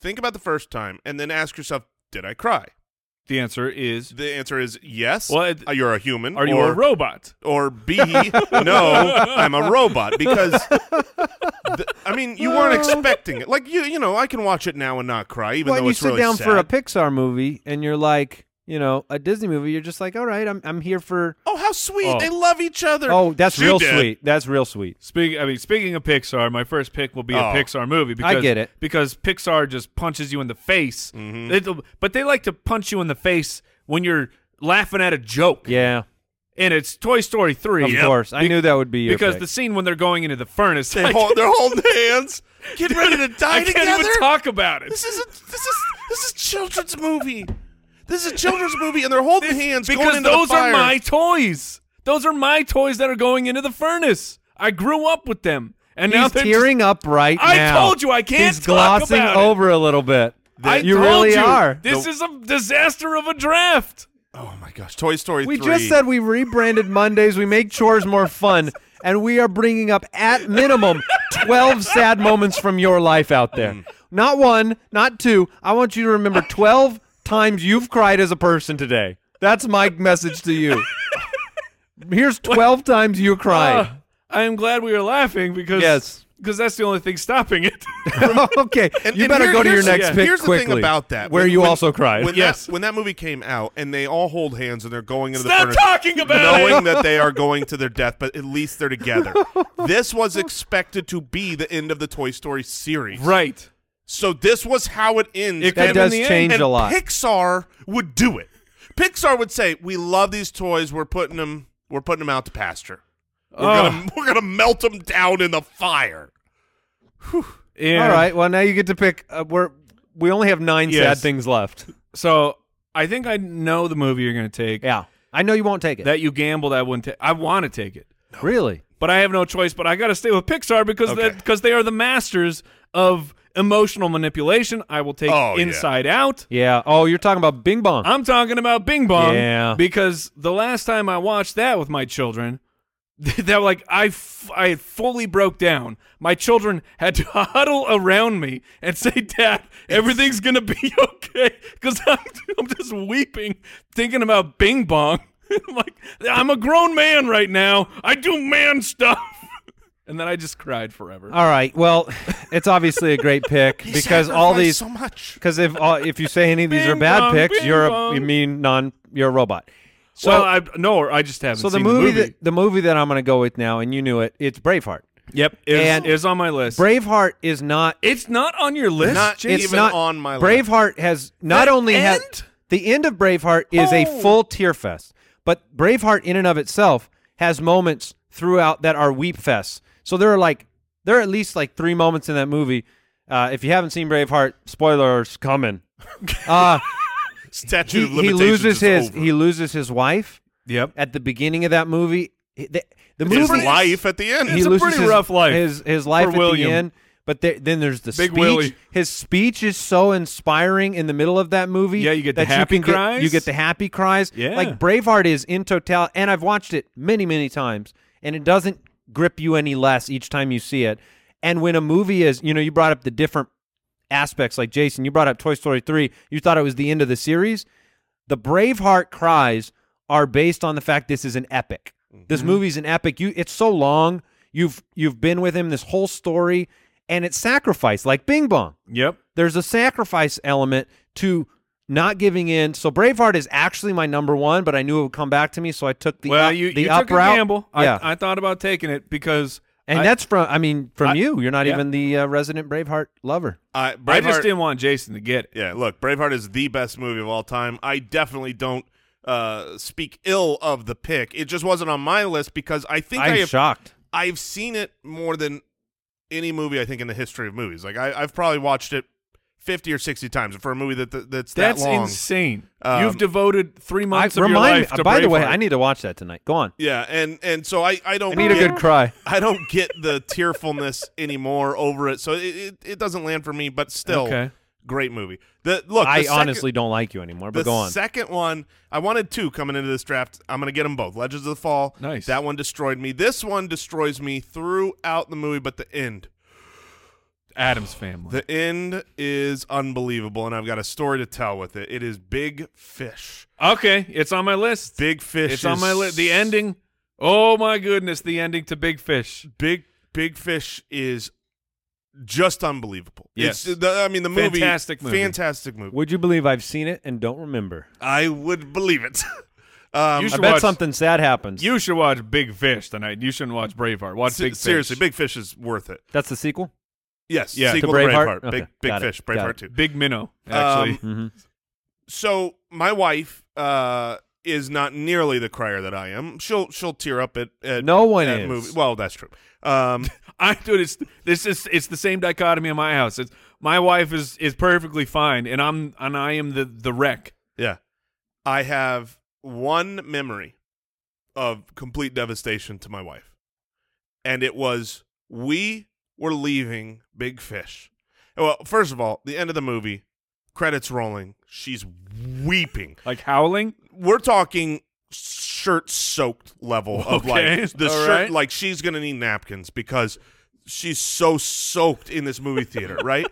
[SPEAKER 2] think about the first time, and then ask yourself, "Did I cry?"
[SPEAKER 1] the answer is:
[SPEAKER 2] The answer is yes.
[SPEAKER 1] Well, it-
[SPEAKER 2] Uh, you're a human.
[SPEAKER 1] Are you
[SPEAKER 2] or,
[SPEAKER 1] a robot?
[SPEAKER 2] or B, no, I'm a robot because th- I mean you weren't expecting it. Like you, you know, I can watch it now and not cry, even
[SPEAKER 4] when
[SPEAKER 2] though
[SPEAKER 4] you
[SPEAKER 2] it's
[SPEAKER 4] sit
[SPEAKER 2] really
[SPEAKER 4] down
[SPEAKER 2] sad.
[SPEAKER 4] for a Pixar movie and you're like, you know, a Disney movie, you're just like, all right, I'm I'm here for.
[SPEAKER 2] oh, how sweet!
[SPEAKER 1] Oh.
[SPEAKER 2] They love each other.
[SPEAKER 4] Oh, that's
[SPEAKER 2] She
[SPEAKER 4] real
[SPEAKER 2] did.
[SPEAKER 4] sweet. That's real sweet.
[SPEAKER 1] Speaking, I mean, speaking of Pixar, my first pick will be
[SPEAKER 2] Oh.
[SPEAKER 1] a Pixar movie because
[SPEAKER 4] get it. Mm-hmm.
[SPEAKER 1] because Pixar just punches you in the face. It'll- but they like to punch you in the face when you're laughing at a joke.
[SPEAKER 4] Yeah,
[SPEAKER 1] and it's Toy Story three.
[SPEAKER 4] of course. I
[SPEAKER 1] Be-
[SPEAKER 4] knew that would be your
[SPEAKER 1] because
[SPEAKER 4] pick.
[SPEAKER 1] the scene when they're going into the furnace,
[SPEAKER 2] They
[SPEAKER 1] [LAUGHS] I
[SPEAKER 2] hold,
[SPEAKER 1] can't-
[SPEAKER 2] they're holding hands, getting ready [LAUGHS] to die
[SPEAKER 1] I can't
[SPEAKER 2] together.
[SPEAKER 1] even talk about it.
[SPEAKER 2] This is a, this is this is children's movie. This is a children's movie, and they're holding hands going
[SPEAKER 1] because
[SPEAKER 2] into
[SPEAKER 1] those
[SPEAKER 2] the
[SPEAKER 1] are
[SPEAKER 2] fire.
[SPEAKER 1] my toys. Those are my toys that are going into the furnace. I grew up with them, and now
[SPEAKER 4] he's
[SPEAKER 1] they're
[SPEAKER 4] tearing up right
[SPEAKER 1] I
[SPEAKER 4] now.
[SPEAKER 1] told you I can't
[SPEAKER 4] He's
[SPEAKER 1] talk
[SPEAKER 4] glossing
[SPEAKER 1] about it.
[SPEAKER 4] over a little bit.
[SPEAKER 1] Just, I
[SPEAKER 4] you
[SPEAKER 1] told
[SPEAKER 4] really
[SPEAKER 1] you,
[SPEAKER 4] are.
[SPEAKER 1] This is a disaster of a draft.
[SPEAKER 2] oh my gosh, Toy [LAUGHS] Story.
[SPEAKER 4] we
[SPEAKER 2] 3.
[SPEAKER 4] just said we rebranded Mondays. We make chores more fun, and we are bringing up at minimum twelve sad moments from your life out there.
[SPEAKER 2] Mm.
[SPEAKER 4] Not one, not two. I want you to remember twelve times you've cried as a person today. That's my message to you. Here's twelve times you cried.
[SPEAKER 1] Uh, I am glad we are laughing because
[SPEAKER 4] Yes.
[SPEAKER 1] because that's the only thing stopping
[SPEAKER 2] [LAUGHS]
[SPEAKER 1] it.
[SPEAKER 4] [LAUGHS] okay,
[SPEAKER 2] And-
[SPEAKER 4] you
[SPEAKER 2] and
[SPEAKER 4] better
[SPEAKER 2] here-
[SPEAKER 4] go to your
[SPEAKER 2] here's-
[SPEAKER 4] next
[SPEAKER 2] yeah.
[SPEAKER 4] pick
[SPEAKER 2] Here's the
[SPEAKER 4] quickly.
[SPEAKER 2] thing about that,
[SPEAKER 4] where
[SPEAKER 2] When-
[SPEAKER 4] you
[SPEAKER 2] when-
[SPEAKER 4] also cried.
[SPEAKER 2] When
[SPEAKER 1] Yes.
[SPEAKER 2] that, when that movie came out, and they all hold hands and they're going into the
[SPEAKER 1] Stop
[SPEAKER 2] furnace,
[SPEAKER 1] talking about
[SPEAKER 2] knowing
[SPEAKER 4] [LAUGHS]
[SPEAKER 1] it.
[SPEAKER 2] that they are going to their death, but at least they're together. this was expected to be the end of the Toy Story series,
[SPEAKER 1] right.
[SPEAKER 2] So this was how it ends.
[SPEAKER 1] It And
[SPEAKER 4] that
[SPEAKER 1] in
[SPEAKER 4] does
[SPEAKER 1] the end-
[SPEAKER 4] change
[SPEAKER 2] and
[SPEAKER 4] a lot.
[SPEAKER 2] Pixar would do it. Pixar would say, "We love these toys. We're putting them. We're putting them out to pasture. We're
[SPEAKER 4] Oh.
[SPEAKER 1] Ugh.
[SPEAKER 2] gonna we're gonna melt them down in the fire."
[SPEAKER 1] And
[SPEAKER 4] All right. Well, now you get to pick. Uh, we're we only have nine sad
[SPEAKER 1] Yes.
[SPEAKER 4] things left.
[SPEAKER 1] So I think I know the movie you're going to take.
[SPEAKER 4] Yeah, I know you won't take it.
[SPEAKER 1] That you gambled, I wouldn't. Ta- I want to take it,
[SPEAKER 4] really?
[SPEAKER 1] but I have no choice. But I got to stay with Pixar because
[SPEAKER 2] Okay.
[SPEAKER 1] because they are the masters of emotional manipulation. I will take
[SPEAKER 2] Oh, yeah.
[SPEAKER 1] Inside Out.
[SPEAKER 4] Yeah. Oh, you're talking about Bing Bong.
[SPEAKER 1] I'm talking about Bing Bong.
[SPEAKER 4] Yeah.
[SPEAKER 1] Because the last time I watched that with my children, [LAUGHS] they were like, I, f- I had fully broke down. My children had to [LAUGHS] huddle around me and say, Dad, everything's going to be [LAUGHS] okay. Because I'm, I'm just weeping thinking about Bing [LAUGHS] Bong. I'm like, I'm a grown man right now. I do man stuff. [LAUGHS] and then I just cried forever.
[SPEAKER 4] All right. Well, [LAUGHS] it's obviously a great
[SPEAKER 1] [LAUGHS]
[SPEAKER 4] pick because all these
[SPEAKER 2] so much.
[SPEAKER 4] because if all, if you say any of these are
[SPEAKER 1] Bing
[SPEAKER 4] bad
[SPEAKER 1] bong,
[SPEAKER 4] picks,
[SPEAKER 1] bing
[SPEAKER 4] you're a,
[SPEAKER 1] bong.
[SPEAKER 4] you mean non you're a robot.
[SPEAKER 1] so
[SPEAKER 4] well-
[SPEAKER 1] I no, I just haven't
[SPEAKER 4] So the
[SPEAKER 1] seen
[SPEAKER 4] movie,
[SPEAKER 1] the movie.
[SPEAKER 4] That, the movie that I'm going to go with now, and you knew it, it's Braveheart.
[SPEAKER 1] yep, is,
[SPEAKER 4] and-
[SPEAKER 1] is on my list.
[SPEAKER 4] Braveheart is not.
[SPEAKER 1] it's not on your list.
[SPEAKER 2] Not
[SPEAKER 1] Jake?
[SPEAKER 4] it's
[SPEAKER 2] even
[SPEAKER 4] not
[SPEAKER 2] on my list.
[SPEAKER 4] Braveheart has not
[SPEAKER 1] The
[SPEAKER 4] only has
[SPEAKER 1] end?
[SPEAKER 4] the end of Braveheart is
[SPEAKER 2] Oh.
[SPEAKER 4] a full tear fest, but Braveheart in and of itself has moments throughout that are weep fests. So there are like there are at least like three moments in that movie. Uh, if you haven't seen Braveheart,
[SPEAKER 2] [LAUGHS]
[SPEAKER 4] spoilers coming. Uh,
[SPEAKER 2] Statute
[SPEAKER 4] he,
[SPEAKER 2] of
[SPEAKER 4] he
[SPEAKER 2] limitations.
[SPEAKER 4] loses his
[SPEAKER 2] is over.
[SPEAKER 4] he loses his wife
[SPEAKER 1] yep.
[SPEAKER 4] at the beginning of that movie. He- The, the
[SPEAKER 2] his
[SPEAKER 4] movie
[SPEAKER 2] life at the end.
[SPEAKER 4] he
[SPEAKER 1] It's a
[SPEAKER 4] loses
[SPEAKER 1] pretty
[SPEAKER 4] his-
[SPEAKER 1] rough life
[SPEAKER 4] His his life at
[SPEAKER 1] William.
[SPEAKER 4] the end. But there, then there's the
[SPEAKER 1] Big
[SPEAKER 4] speech.
[SPEAKER 1] Willie.
[SPEAKER 4] His speech is so inspiring in the middle of that movie.
[SPEAKER 1] Yeah, you get the
[SPEAKER 4] that
[SPEAKER 1] happy
[SPEAKER 4] can get-
[SPEAKER 1] cries.
[SPEAKER 4] you get the happy cries.
[SPEAKER 1] Yeah.
[SPEAKER 4] like Braveheart is in total, and I've watched it many many times, and it doesn't grip you any less each time you see it. And when a movie is, you know, you brought up the different aspects. Like Jason, you brought up Toy Story three. You thought it was the end of the series. The Braveheart cries are based on the fact this is an epic.
[SPEAKER 1] Mm-hmm.
[SPEAKER 4] This movie's an epic. You it's so long. You've you've been with him this whole story and it's sacrifice like Bing Bong.
[SPEAKER 1] Yep.
[SPEAKER 4] There's a sacrifice element to not giving in. So Braveheart is actually my number 1, but I knew it would come back to me, so I took the
[SPEAKER 1] well,
[SPEAKER 4] up,
[SPEAKER 1] you,
[SPEAKER 4] the
[SPEAKER 1] you
[SPEAKER 4] up
[SPEAKER 1] took a
[SPEAKER 4] route.
[SPEAKER 1] gamble.
[SPEAKER 4] yeah.
[SPEAKER 1] I, I thought about taking it because
[SPEAKER 4] and
[SPEAKER 1] I-
[SPEAKER 4] that's from I mean from
[SPEAKER 1] I-
[SPEAKER 4] you. You're not
[SPEAKER 1] yeah.
[SPEAKER 4] even the uh, resident Braveheart lover.
[SPEAKER 2] I, Braveheart,
[SPEAKER 1] I just didn't want Jason to get it.
[SPEAKER 2] Yeah, look, Braveheart is the best movie of all time. I definitely don't uh, speak ill of the pick. It just wasn't on my list because I think I
[SPEAKER 4] I'm
[SPEAKER 2] have,
[SPEAKER 4] shocked.
[SPEAKER 2] I've seen it more than any movie I think in the history of movies. Like I, I've probably watched it fifty or sixty times for a movie that that- that's that
[SPEAKER 1] That's
[SPEAKER 2] long.
[SPEAKER 1] insane.
[SPEAKER 2] Um,
[SPEAKER 1] You've devoted three
[SPEAKER 4] I,
[SPEAKER 1] months of your
[SPEAKER 4] remind
[SPEAKER 1] life
[SPEAKER 4] me,
[SPEAKER 1] to
[SPEAKER 4] by the way,
[SPEAKER 1] Braveheart.
[SPEAKER 4] I need to watch that tonight. Go on.
[SPEAKER 2] Yeah, and and so I I don't
[SPEAKER 4] I need a
[SPEAKER 2] get-
[SPEAKER 4] good cry.
[SPEAKER 2] I don't get the tearfulness [LAUGHS] anymore over it. So it, it, it doesn't land for me, but still
[SPEAKER 1] Okay.
[SPEAKER 2] great movie. The look,
[SPEAKER 4] I
[SPEAKER 2] the second-
[SPEAKER 4] honestly don't like you anymore, but
[SPEAKER 2] The
[SPEAKER 4] go on.
[SPEAKER 2] second one, I wanted two coming into this draft. I'm going to get them both. Legends of the Fall.
[SPEAKER 1] Nice.
[SPEAKER 2] That one destroyed me. This one destroys me throughout the movie, but the end.
[SPEAKER 1] Adam's family.
[SPEAKER 2] The end is unbelievable, and I've got a story to tell with it. It is Big Fish.
[SPEAKER 1] okay, it's on my list.
[SPEAKER 2] Big Fish.
[SPEAKER 1] It's on my
[SPEAKER 2] is-
[SPEAKER 1] list. The ending. Oh my goodness, the ending to Big Fish.
[SPEAKER 2] Big Big Fish is just unbelievable.
[SPEAKER 1] Yes.
[SPEAKER 2] It's, the, I mean the movie.
[SPEAKER 1] Fantastic movie.
[SPEAKER 2] Fantastic movie.
[SPEAKER 4] Would you believe I've seen it and don't remember?
[SPEAKER 2] I would believe it. [LAUGHS] um,
[SPEAKER 1] You
[SPEAKER 4] I
[SPEAKER 1] should
[SPEAKER 4] bet
[SPEAKER 1] watch-
[SPEAKER 4] something sad happens.
[SPEAKER 1] You should watch Big Fish tonight. You shouldn't watch Braveheart. Watch
[SPEAKER 2] se-
[SPEAKER 1] Big Fish.
[SPEAKER 2] seriously, Big Fish is worth it.
[SPEAKER 4] That's the sequel.
[SPEAKER 2] Yes,
[SPEAKER 1] Yeah. To
[SPEAKER 2] sequel
[SPEAKER 4] Braveheart?
[SPEAKER 2] Braveheart. Big
[SPEAKER 4] Okay,
[SPEAKER 2] Big
[SPEAKER 4] got it,
[SPEAKER 2] Fish,
[SPEAKER 4] got
[SPEAKER 2] Braveheart
[SPEAKER 4] it.
[SPEAKER 2] two.
[SPEAKER 1] Big Minnow.
[SPEAKER 2] Um,
[SPEAKER 1] Actually,
[SPEAKER 4] Mm-hmm.
[SPEAKER 2] so my wife uh, is not nearly the crier that I am. She'll she'll tear up at, at
[SPEAKER 4] No one
[SPEAKER 2] at
[SPEAKER 4] is.
[SPEAKER 2] Movie. Well, that's true.
[SPEAKER 4] [LAUGHS]
[SPEAKER 2] Um,
[SPEAKER 1] [LAUGHS] I dude, it's this is it's the same dichotomy in my house. It's my wife is is perfectly fine, and I'm and I am the the wreck.
[SPEAKER 2] yeah, I have one memory of complete devastation to my wife, and it was we were leaving Big Fish. Well, first of all, the end of the movie, credits rolling. She's weeping.
[SPEAKER 1] Like howling.
[SPEAKER 2] we're talking shirt soaked level of
[SPEAKER 1] Okay,
[SPEAKER 2] like the
[SPEAKER 1] all
[SPEAKER 2] shirt
[SPEAKER 1] right.
[SPEAKER 2] like she's gonna need napkins because she's so soaked in this movie theater [LAUGHS] right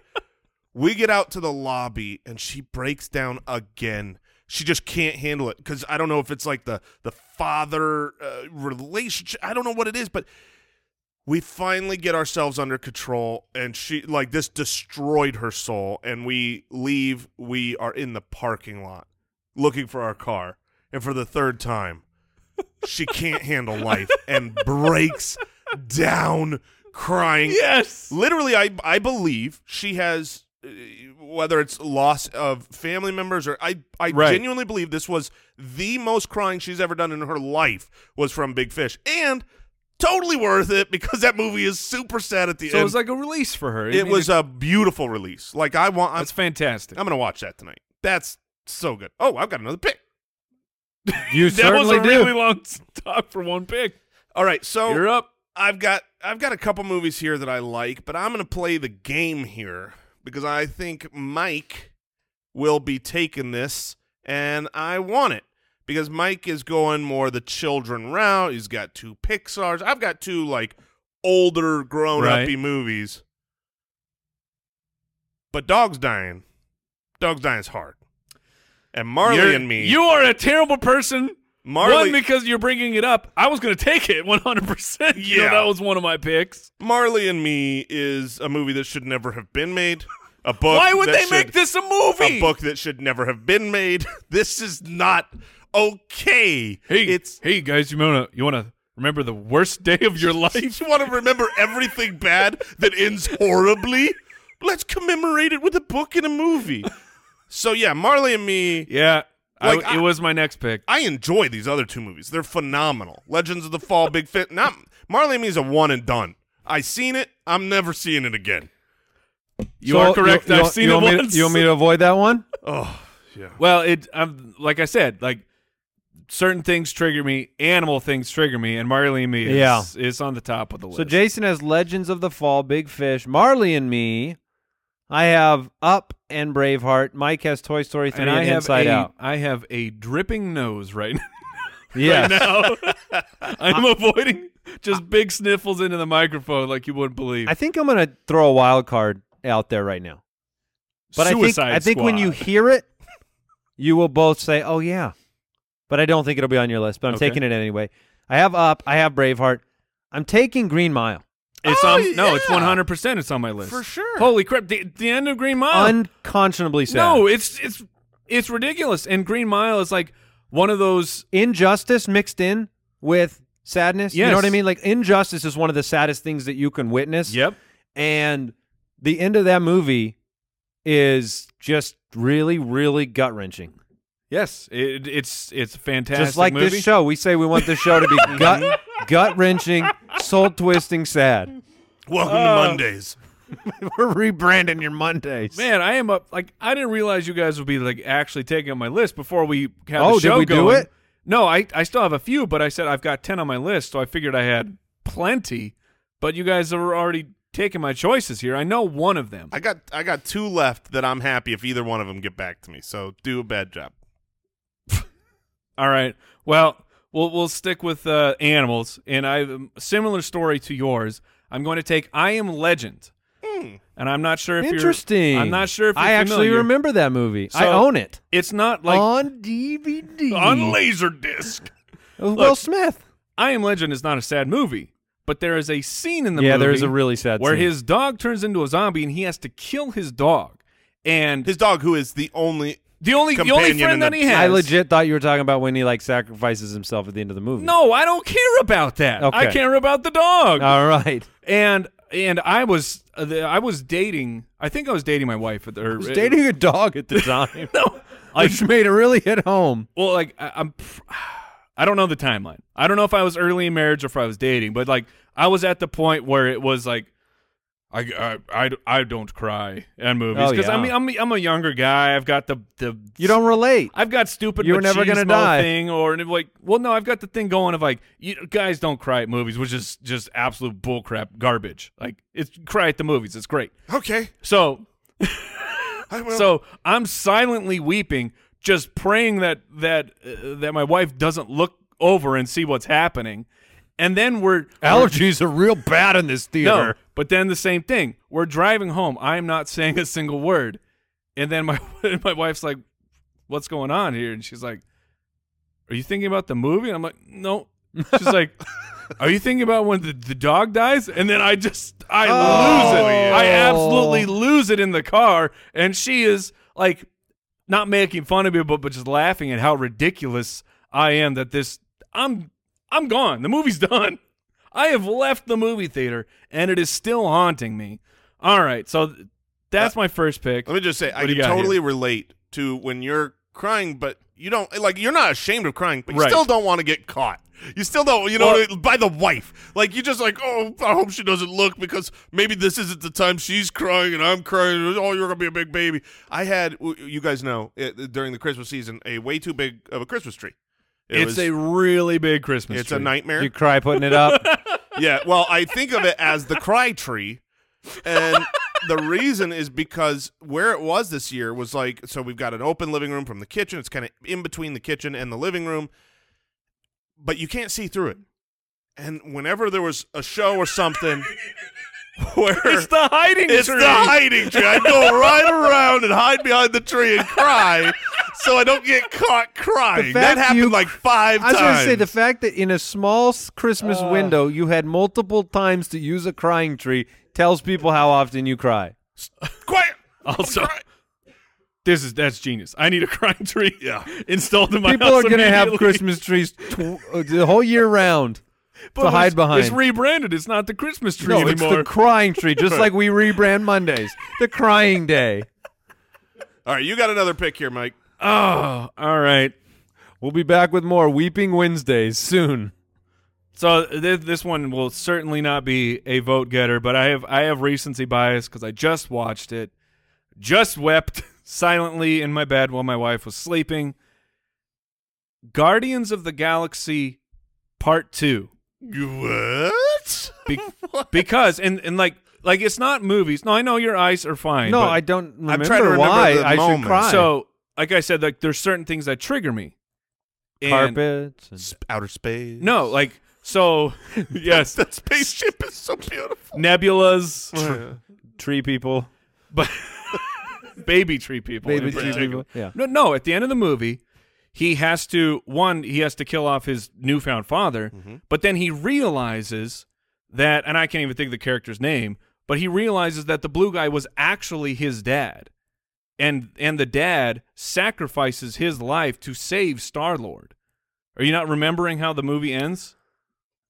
[SPEAKER 2] we get out to the lobby and she breaks down again she just can't handle it because i don't know if it's like the the father uh, relationship i don't know what it is but we finally get ourselves under control and she like this destroyed her soul and we leave we are in the parking lot looking for our car and for the third time she can't handle life and breaks down crying
[SPEAKER 1] Yes.
[SPEAKER 2] literally i i believe she has uh, whether it's loss of family members or i i
[SPEAKER 1] Right.
[SPEAKER 2] genuinely believe this was the most crying she's ever done in her life was from big fish and totally worth it because that movie is super sad at the
[SPEAKER 1] So
[SPEAKER 2] end
[SPEAKER 1] it was like a release for her. I
[SPEAKER 2] it
[SPEAKER 1] mean,
[SPEAKER 2] was a beautiful release like i want I'm,
[SPEAKER 1] that's fantastic.
[SPEAKER 2] I'm gonna watch that tonight that's so good oh i've got another pick
[SPEAKER 4] You
[SPEAKER 1] that was
[SPEAKER 4] certainly
[SPEAKER 1] a
[SPEAKER 4] do.
[SPEAKER 1] really long [LAUGHS] talk for one pick.
[SPEAKER 2] all right so
[SPEAKER 1] You're up.
[SPEAKER 2] I've got I've got a couple movies here that I like, but I'm going to play the game here because I think Mike will be taking this and I want it because Mike is going more the children route. He's got two Pixars. I've got two like older grown uppy
[SPEAKER 1] Right.
[SPEAKER 2] movies. But Dogs Dying. Dogs Dying's hard. And Marley
[SPEAKER 1] You're-
[SPEAKER 2] and me.
[SPEAKER 1] You are a terrible person
[SPEAKER 2] Marley
[SPEAKER 1] One because you're bringing it up. I was going to take it [LAUGHS] 100. percent you
[SPEAKER 2] Yeah.
[SPEAKER 1] know, that was one of my picks.
[SPEAKER 2] Marley and Me is a movie that should never have been made. A book.
[SPEAKER 1] Why would
[SPEAKER 2] that
[SPEAKER 1] they
[SPEAKER 2] should-
[SPEAKER 1] make this a movie?
[SPEAKER 2] A book that should never have been made. [LAUGHS] This is not okay.
[SPEAKER 1] Hey,
[SPEAKER 2] it's. [LAUGHS]
[SPEAKER 1] hey guys, you wanna you wanna remember the worst day of your [LAUGHS] life?
[SPEAKER 2] You want to remember everything bad that ends horribly? Let's commemorate it with a book and a movie. So yeah, Marley and Me.
[SPEAKER 1] yeah, I-
[SPEAKER 2] Like, I-
[SPEAKER 1] it was my next pick.
[SPEAKER 2] I enjoy these other two movies. They're phenomenal. Legends of the Fall, Big Fit. Not Marley and Me is a one and done. I seen it. I'm never seeing it again.
[SPEAKER 1] You are
[SPEAKER 4] all-
[SPEAKER 1] correct.
[SPEAKER 4] you- you
[SPEAKER 1] I've
[SPEAKER 4] want-
[SPEAKER 1] seen
[SPEAKER 4] you
[SPEAKER 1] it
[SPEAKER 4] want me to-
[SPEAKER 1] once.
[SPEAKER 4] you want me to avoid that
[SPEAKER 1] [LAUGHS]
[SPEAKER 4] one?
[SPEAKER 1] Well, it I'm like I said, like certain things trigger me, animal things trigger me, and Marley and Me is,
[SPEAKER 4] Yeah.
[SPEAKER 1] is on the top of the list.
[SPEAKER 4] So Jason has Legends of the Fall, Big Fish, Marley and Me. I have Up and Braveheart. Mike has Toy Story 3
[SPEAKER 1] and
[SPEAKER 4] and,
[SPEAKER 1] I have
[SPEAKER 4] Inside
[SPEAKER 1] a,
[SPEAKER 4] Out.
[SPEAKER 1] I have a dripping nose right now. [LAUGHS]
[SPEAKER 4] Yes.
[SPEAKER 1] I'm avoiding just big sniffles into the microphone like you wouldn't believe.
[SPEAKER 4] I think I'm going to throw a wild card out there right now. But
[SPEAKER 1] Suicide
[SPEAKER 4] I think I think when you
[SPEAKER 1] Squad.
[SPEAKER 4] hear it, you will both say, "Oh yeah," but I don't think it'll be on your list. But I'm
[SPEAKER 1] Okay.
[SPEAKER 4] taking it anyway. I have Up. I have Braveheart. I'm taking Green Mile.
[SPEAKER 1] It's
[SPEAKER 2] Oh,
[SPEAKER 1] on. No, it's
[SPEAKER 2] yeah.
[SPEAKER 1] one hundred percent. It's on my list
[SPEAKER 2] For sure.
[SPEAKER 1] Holy crap! The, the end of Green Mile.
[SPEAKER 4] Unconscionably sad.
[SPEAKER 1] Oh. no, it's it's it's ridiculous. And Green Mile is like one of those.
[SPEAKER 4] injustice mixed in with sadness. You know
[SPEAKER 1] Yes.
[SPEAKER 4] what I mean? Like injustice is one of the saddest things that you can witness.
[SPEAKER 1] Yep.
[SPEAKER 4] And the end of that movie is just really, really gut wrenching.
[SPEAKER 1] Yes, it, it's it's a fantastic.
[SPEAKER 4] Just like
[SPEAKER 1] movie.
[SPEAKER 4] this show, we say we want this show to be [LAUGHS] gut gut wrenching, soul twisting, sad.
[SPEAKER 2] Welcome
[SPEAKER 1] Uh,
[SPEAKER 2] to Mondays.
[SPEAKER 4] [LAUGHS] We're rebranding your Mondays.
[SPEAKER 1] Man, I am up. Like I didn't realize you guys would be like actually taking up my list before we have
[SPEAKER 4] Oh,
[SPEAKER 1] the
[SPEAKER 4] did
[SPEAKER 1] show
[SPEAKER 4] we do
[SPEAKER 1] going.
[SPEAKER 4] it?
[SPEAKER 1] No, I I still have a few, but I said I've got ten on my list, so I figured I had plenty. But you guys are already taking my choices here. I know one of them.
[SPEAKER 2] I got I got two left that I'm happy if either one of them get back to me. So do a bad job.
[SPEAKER 1] All right. Well, we'll we'll stick with uh, animals, and I have a similar story to yours. I'm going to take I Am Legend, and I'm not sure if
[SPEAKER 4] Hmm. Interesting.
[SPEAKER 1] You're, I'm not sure if you're
[SPEAKER 4] I actually
[SPEAKER 1] familiar.
[SPEAKER 4] remember that movie. I
[SPEAKER 1] So,
[SPEAKER 4] own it
[SPEAKER 1] It's not like
[SPEAKER 4] on DVD.
[SPEAKER 1] laser disc.
[SPEAKER 4] Will
[SPEAKER 1] look,
[SPEAKER 4] Smith.
[SPEAKER 1] I Am Legend is not a sad movie, but there is a scene in the
[SPEAKER 4] Yeah,
[SPEAKER 1] movie.
[SPEAKER 4] there is a really sad
[SPEAKER 1] where
[SPEAKER 4] scene.
[SPEAKER 1] his dog turns into a zombie, and he has to kill his dog. And
[SPEAKER 2] His dog, who is the only
[SPEAKER 1] the only the only
[SPEAKER 2] companion in
[SPEAKER 1] friend that
[SPEAKER 2] the-
[SPEAKER 1] he has.
[SPEAKER 4] I legit thought you were talking about when he like sacrifices himself at the end of the movie.
[SPEAKER 1] No, I don't care about that. I
[SPEAKER 4] Okay. Uh,
[SPEAKER 1] care about the dog. [LAUGHS]
[SPEAKER 4] All right.
[SPEAKER 1] and and I was uh, the- I was dating. I think I was dating my wife at the. uh, Or,
[SPEAKER 4] I was dating a dog
[SPEAKER 1] [LAUGHS]
[SPEAKER 4] at the time,
[SPEAKER 1] no, like
[SPEAKER 4] which made it really hit home.
[SPEAKER 1] well, like I, I'm. pr- I don't know the timeline. I don't know if I was early in marriage or if I was dating, but like I was at the point where it was like. I, I, I, I don't cry at movies
[SPEAKER 4] Oh,
[SPEAKER 1] because I
[SPEAKER 4] yeah.
[SPEAKER 1] mean I'm I'm a younger guy I've got the the
[SPEAKER 4] You don't relate.
[SPEAKER 1] I've got stupid
[SPEAKER 4] You were never gonna
[SPEAKER 1] machismo
[SPEAKER 4] die.
[SPEAKER 1] thing or and like well no I've got the thing going of like you guys don't cry at movies which is just absolute bullcrap garbage like it's cry at the movies it's great
[SPEAKER 2] okay.
[SPEAKER 1] so
[SPEAKER 2] [LAUGHS] I will.
[SPEAKER 1] so I'm silently weeping, just praying that that uh, that my wife doesn't look over and see what's happening. And then we're
[SPEAKER 4] Allergies are real bad in this
[SPEAKER 1] we're- no, but then the same thing. We're driving home. I'm not saying a single word. And then my [LAUGHS] my wife's like, "What's going on here?" And she's like, "Are you thinking about the movie?" And I'm like, "No." She's like. Are you thinking about when the, the dog dies? And then I just I lose it. I absolutely lose it in the car, and she is like not making fun of me, but but just laughing at how ridiculous I am that this I'm I'm gone. The movie's [LAUGHS] done. I have left the movie theater, and it is still haunting me. All right, so th- that's my first pick.
[SPEAKER 2] Uh, Let me just say,
[SPEAKER 1] What
[SPEAKER 2] I
[SPEAKER 1] do
[SPEAKER 2] can
[SPEAKER 1] you got
[SPEAKER 2] totally
[SPEAKER 1] here?
[SPEAKER 2] relate to when you're crying, but you don't like you're not ashamed of crying, but you
[SPEAKER 1] Right.
[SPEAKER 2] still don't want to get caught. You still don't, you know,
[SPEAKER 1] Well-
[SPEAKER 2] by the wife. Like you just like, oh, I hope she doesn't look because maybe this isn't the time she's crying and I'm crying. Oh, you're gonna be a big baby. I had, w- you guys know, uh, during the Christmas season, a way too big of a Christmas tree. It
[SPEAKER 1] it's
[SPEAKER 2] was-
[SPEAKER 1] a really big Christmas.
[SPEAKER 2] it's
[SPEAKER 1] tree.
[SPEAKER 2] a nightmare.
[SPEAKER 4] You cry putting
[SPEAKER 1] [LAUGHS]
[SPEAKER 4] it up.
[SPEAKER 2] yeah, well, I think of it as the cry tree. And the reason is because where it was this year was like so we've got an open living room from the kitchen. It's kind of in between the kitchen and the living room, but you can't see through it. And whenever there was a show or
[SPEAKER 4] [LAUGHS]
[SPEAKER 2] something where
[SPEAKER 1] It's the hiding
[SPEAKER 2] it's
[SPEAKER 1] tree.
[SPEAKER 2] the hiding tree. I go right around and hide behind the tree and cry. so I don't get caught crying.
[SPEAKER 4] The
[SPEAKER 2] That
[SPEAKER 4] fact
[SPEAKER 2] happened
[SPEAKER 4] you-
[SPEAKER 2] like five
[SPEAKER 4] I was
[SPEAKER 2] times.
[SPEAKER 4] going to say the fact that in a small s- Christmas window you had multiple times to use a crying tree tells people how often
[SPEAKER 2] [LAUGHS]
[SPEAKER 4] you cry.
[SPEAKER 2] Quiet. [LAUGHS]
[SPEAKER 1] Also, this is that's genius. I need a [LAUGHS] crying tree
[SPEAKER 2] Yeah.
[SPEAKER 1] installed in my
[SPEAKER 4] people
[SPEAKER 1] house
[SPEAKER 4] are going to have
[SPEAKER 1] immediately.
[SPEAKER 4] Christmas trees tw- uh, the whole year
[SPEAKER 2] [LAUGHS]
[SPEAKER 4] round
[SPEAKER 1] But
[SPEAKER 4] to
[SPEAKER 1] it's-
[SPEAKER 4] hide behind.
[SPEAKER 1] It's rebranded. It's not the Christmas tree
[SPEAKER 4] no, it's
[SPEAKER 1] anymore.
[SPEAKER 4] the crying
[SPEAKER 2] [LAUGHS]
[SPEAKER 4] tree, just like we rebrand Mondays. The crying day.
[SPEAKER 2] All right, you got another pick here, Mike.
[SPEAKER 1] oh, all right.
[SPEAKER 4] We'll be back with more Weeping Wednesdays soon.
[SPEAKER 1] So th- this one will certainly not be a vote getter, but I have I have recency bias because I just watched it, just wept [LAUGHS] silently in my bed while my wife was sleeping. Guardians of the Galaxy Part
[SPEAKER 4] [LAUGHS]
[SPEAKER 1] Two.
[SPEAKER 2] What?
[SPEAKER 1] Be- because and and like like it's not movies. No, I know your eyes are fine.
[SPEAKER 4] No,
[SPEAKER 1] but-
[SPEAKER 4] I don't remember
[SPEAKER 2] trying to remember
[SPEAKER 4] why
[SPEAKER 2] the
[SPEAKER 4] I
[SPEAKER 2] moment.
[SPEAKER 4] should cry.
[SPEAKER 1] So like I said, like there's certain things that trigger me. And-
[SPEAKER 4] carpets. And-
[SPEAKER 2] Outer space.
[SPEAKER 1] No, like
[SPEAKER 4] [LAUGHS]
[SPEAKER 1] so.
[SPEAKER 2] [LAUGHS]
[SPEAKER 1] yes,
[SPEAKER 2] That spaceship is so beautiful.
[SPEAKER 1] nebulas,
[SPEAKER 4] tree people,
[SPEAKER 1] but [LAUGHS] baby tree people.
[SPEAKER 4] baby
[SPEAKER 1] in
[SPEAKER 4] tree
[SPEAKER 1] particular.
[SPEAKER 4] people. Yeah.
[SPEAKER 1] No, no. At the end of the movie, he has to one. He has to kill off his newfound father,
[SPEAKER 4] Mm-hmm.
[SPEAKER 1] but then he realizes that, and I can't even think of the character's name, but he realizes that the blue guy was actually his dad, and and the dad sacrifices his life to save Star Lord. Are you not remembering how the movie ends?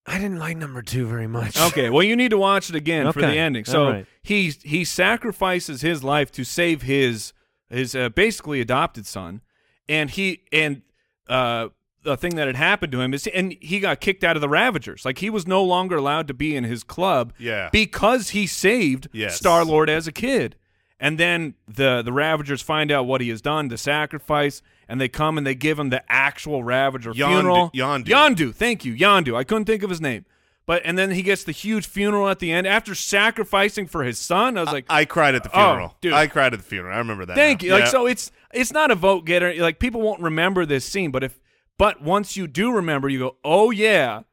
[SPEAKER 4] I didn't like number two very much.
[SPEAKER 1] [LAUGHS]
[SPEAKER 4] [LAUGHS]
[SPEAKER 1] Okay, well, you need to watch it again for the
[SPEAKER 4] Okay,
[SPEAKER 1] ending.
[SPEAKER 4] all
[SPEAKER 1] So
[SPEAKER 4] right.
[SPEAKER 1] he he sacrifices his life to save his his uh, basically adopted son, and he and uh, the thing that had happened to him is, and he got kicked out of the Ravagers. Like he was no longer allowed to be in his club,
[SPEAKER 2] Yeah.
[SPEAKER 1] because he saved
[SPEAKER 2] Yes.
[SPEAKER 1] Star Lord as a kid. And then the the Ravagers find out what he has done, the sacrifice, and they come and they give him the actual Ravager
[SPEAKER 2] Yondu-
[SPEAKER 1] funeral.
[SPEAKER 2] Yondu.
[SPEAKER 1] Yondu, thank you, Yondu. I couldn't think of his name. But and then he gets the huge funeral at the end after sacrificing for his son. I was like,
[SPEAKER 2] I cried at the
[SPEAKER 1] Oh,
[SPEAKER 2] funeral.
[SPEAKER 1] dude.
[SPEAKER 2] I cried at the funeral. I remember that.
[SPEAKER 1] thank
[SPEAKER 2] now.
[SPEAKER 1] you. Like
[SPEAKER 2] Yeah.
[SPEAKER 1] so, it's it's not a vote getter. Like people won't remember this scene, but if but once you do remember, you go, oh yeah,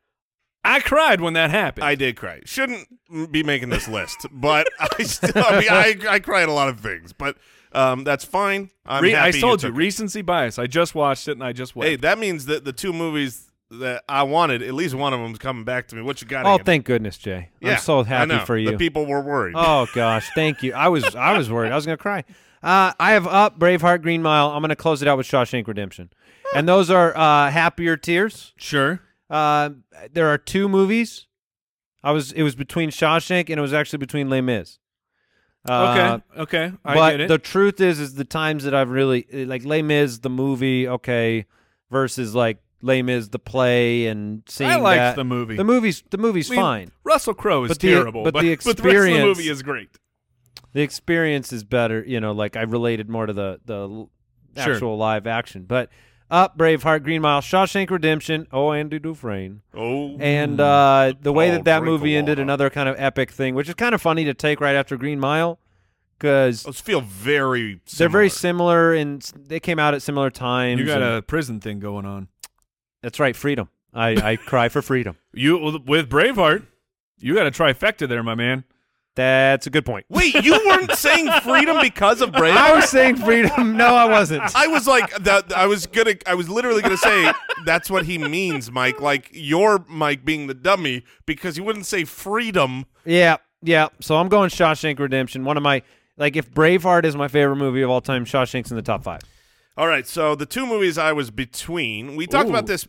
[SPEAKER 1] I cried when that happened.
[SPEAKER 2] I did cry. Shouldn't be making this list, but [LAUGHS] I still. I mean, I, I cry at a lot of things, but um, that's fine. I'm
[SPEAKER 1] Re- I
[SPEAKER 2] happy
[SPEAKER 1] told you,
[SPEAKER 2] took it.
[SPEAKER 1] recency bias. I just watched it and I just wept.
[SPEAKER 2] Hey, that means that the two movies that I wanted, at least one of them's coming back to me. What you got?
[SPEAKER 4] Oh,
[SPEAKER 2] Andy?
[SPEAKER 4] thank goodness, Jay.
[SPEAKER 2] Yeah,
[SPEAKER 4] I'm so
[SPEAKER 2] I
[SPEAKER 4] happy
[SPEAKER 2] know.
[SPEAKER 4] for you.
[SPEAKER 2] The people were worried.
[SPEAKER 4] [LAUGHS] oh gosh, thank you. I was I was worried. I was gonna cry. Uh, I have up Braveheart, Green Mile. I'm gonna close it out with Shawshank Redemption, and those are uh, happier tears.
[SPEAKER 1] sure.
[SPEAKER 4] Uh, there are two movies. I was it was between Shawshank and it was actually between Les Mis. Uh,
[SPEAKER 1] okay. Okay. I
[SPEAKER 4] but
[SPEAKER 1] get it.
[SPEAKER 4] the truth is, is the times that I've really eh, like Les Mis the movie, okay, versus like Les Mis the play and seeing
[SPEAKER 1] liked
[SPEAKER 4] that.
[SPEAKER 1] the movie.
[SPEAKER 4] The movie's the movie's
[SPEAKER 1] I mean,
[SPEAKER 4] fine.
[SPEAKER 1] Russell Crowe is
[SPEAKER 4] But the-
[SPEAKER 1] terrible, [LAUGHS]
[SPEAKER 4] but
[SPEAKER 1] but, the
[SPEAKER 4] the
[SPEAKER 1] rest of the
[SPEAKER 4] experience-
[SPEAKER 1] movie is great.
[SPEAKER 4] the experience is better. You know, like I related more to the the l-
[SPEAKER 1] Sure.
[SPEAKER 4] actual live action. But Up, Braveheart, Green Mile, Shawshank Redemption, Oh Andy Dufresne,
[SPEAKER 2] Oh,
[SPEAKER 4] and uh, the way
[SPEAKER 2] Oh,
[SPEAKER 4] that that
[SPEAKER 2] drink
[SPEAKER 4] movie
[SPEAKER 2] a
[SPEAKER 4] ended,
[SPEAKER 2] lot.
[SPEAKER 4] another kind of epic thing, which is kind of funny to take right after Green Mile, because
[SPEAKER 1] Oh,
[SPEAKER 2] those feel very.
[SPEAKER 4] they're
[SPEAKER 2] Similar.
[SPEAKER 4] very similar and s- they came out at similar times.
[SPEAKER 1] You got
[SPEAKER 4] and-
[SPEAKER 1] a prison thing going on.
[SPEAKER 4] that's right, freedom. I, I cry for freedom.
[SPEAKER 1] You with Braveheart, you got a trifecta there, my man.
[SPEAKER 4] That's a good point.
[SPEAKER 2] Wait, you weren't saying freedom because of Brave?
[SPEAKER 4] I was saying freedom. No, I wasn't.
[SPEAKER 2] I was like that. I was gonna. I was literally gonna say that's what he means, Mike. Like you're Mike being the dummy because you wouldn't say freedom.
[SPEAKER 4] Yeah, yeah. So I'm going Shawshank Redemption. One of my like, if Braveheart is my favorite movie of all time, Shawshank's in the top five.
[SPEAKER 2] All right. So the two movies I was between. We talked about this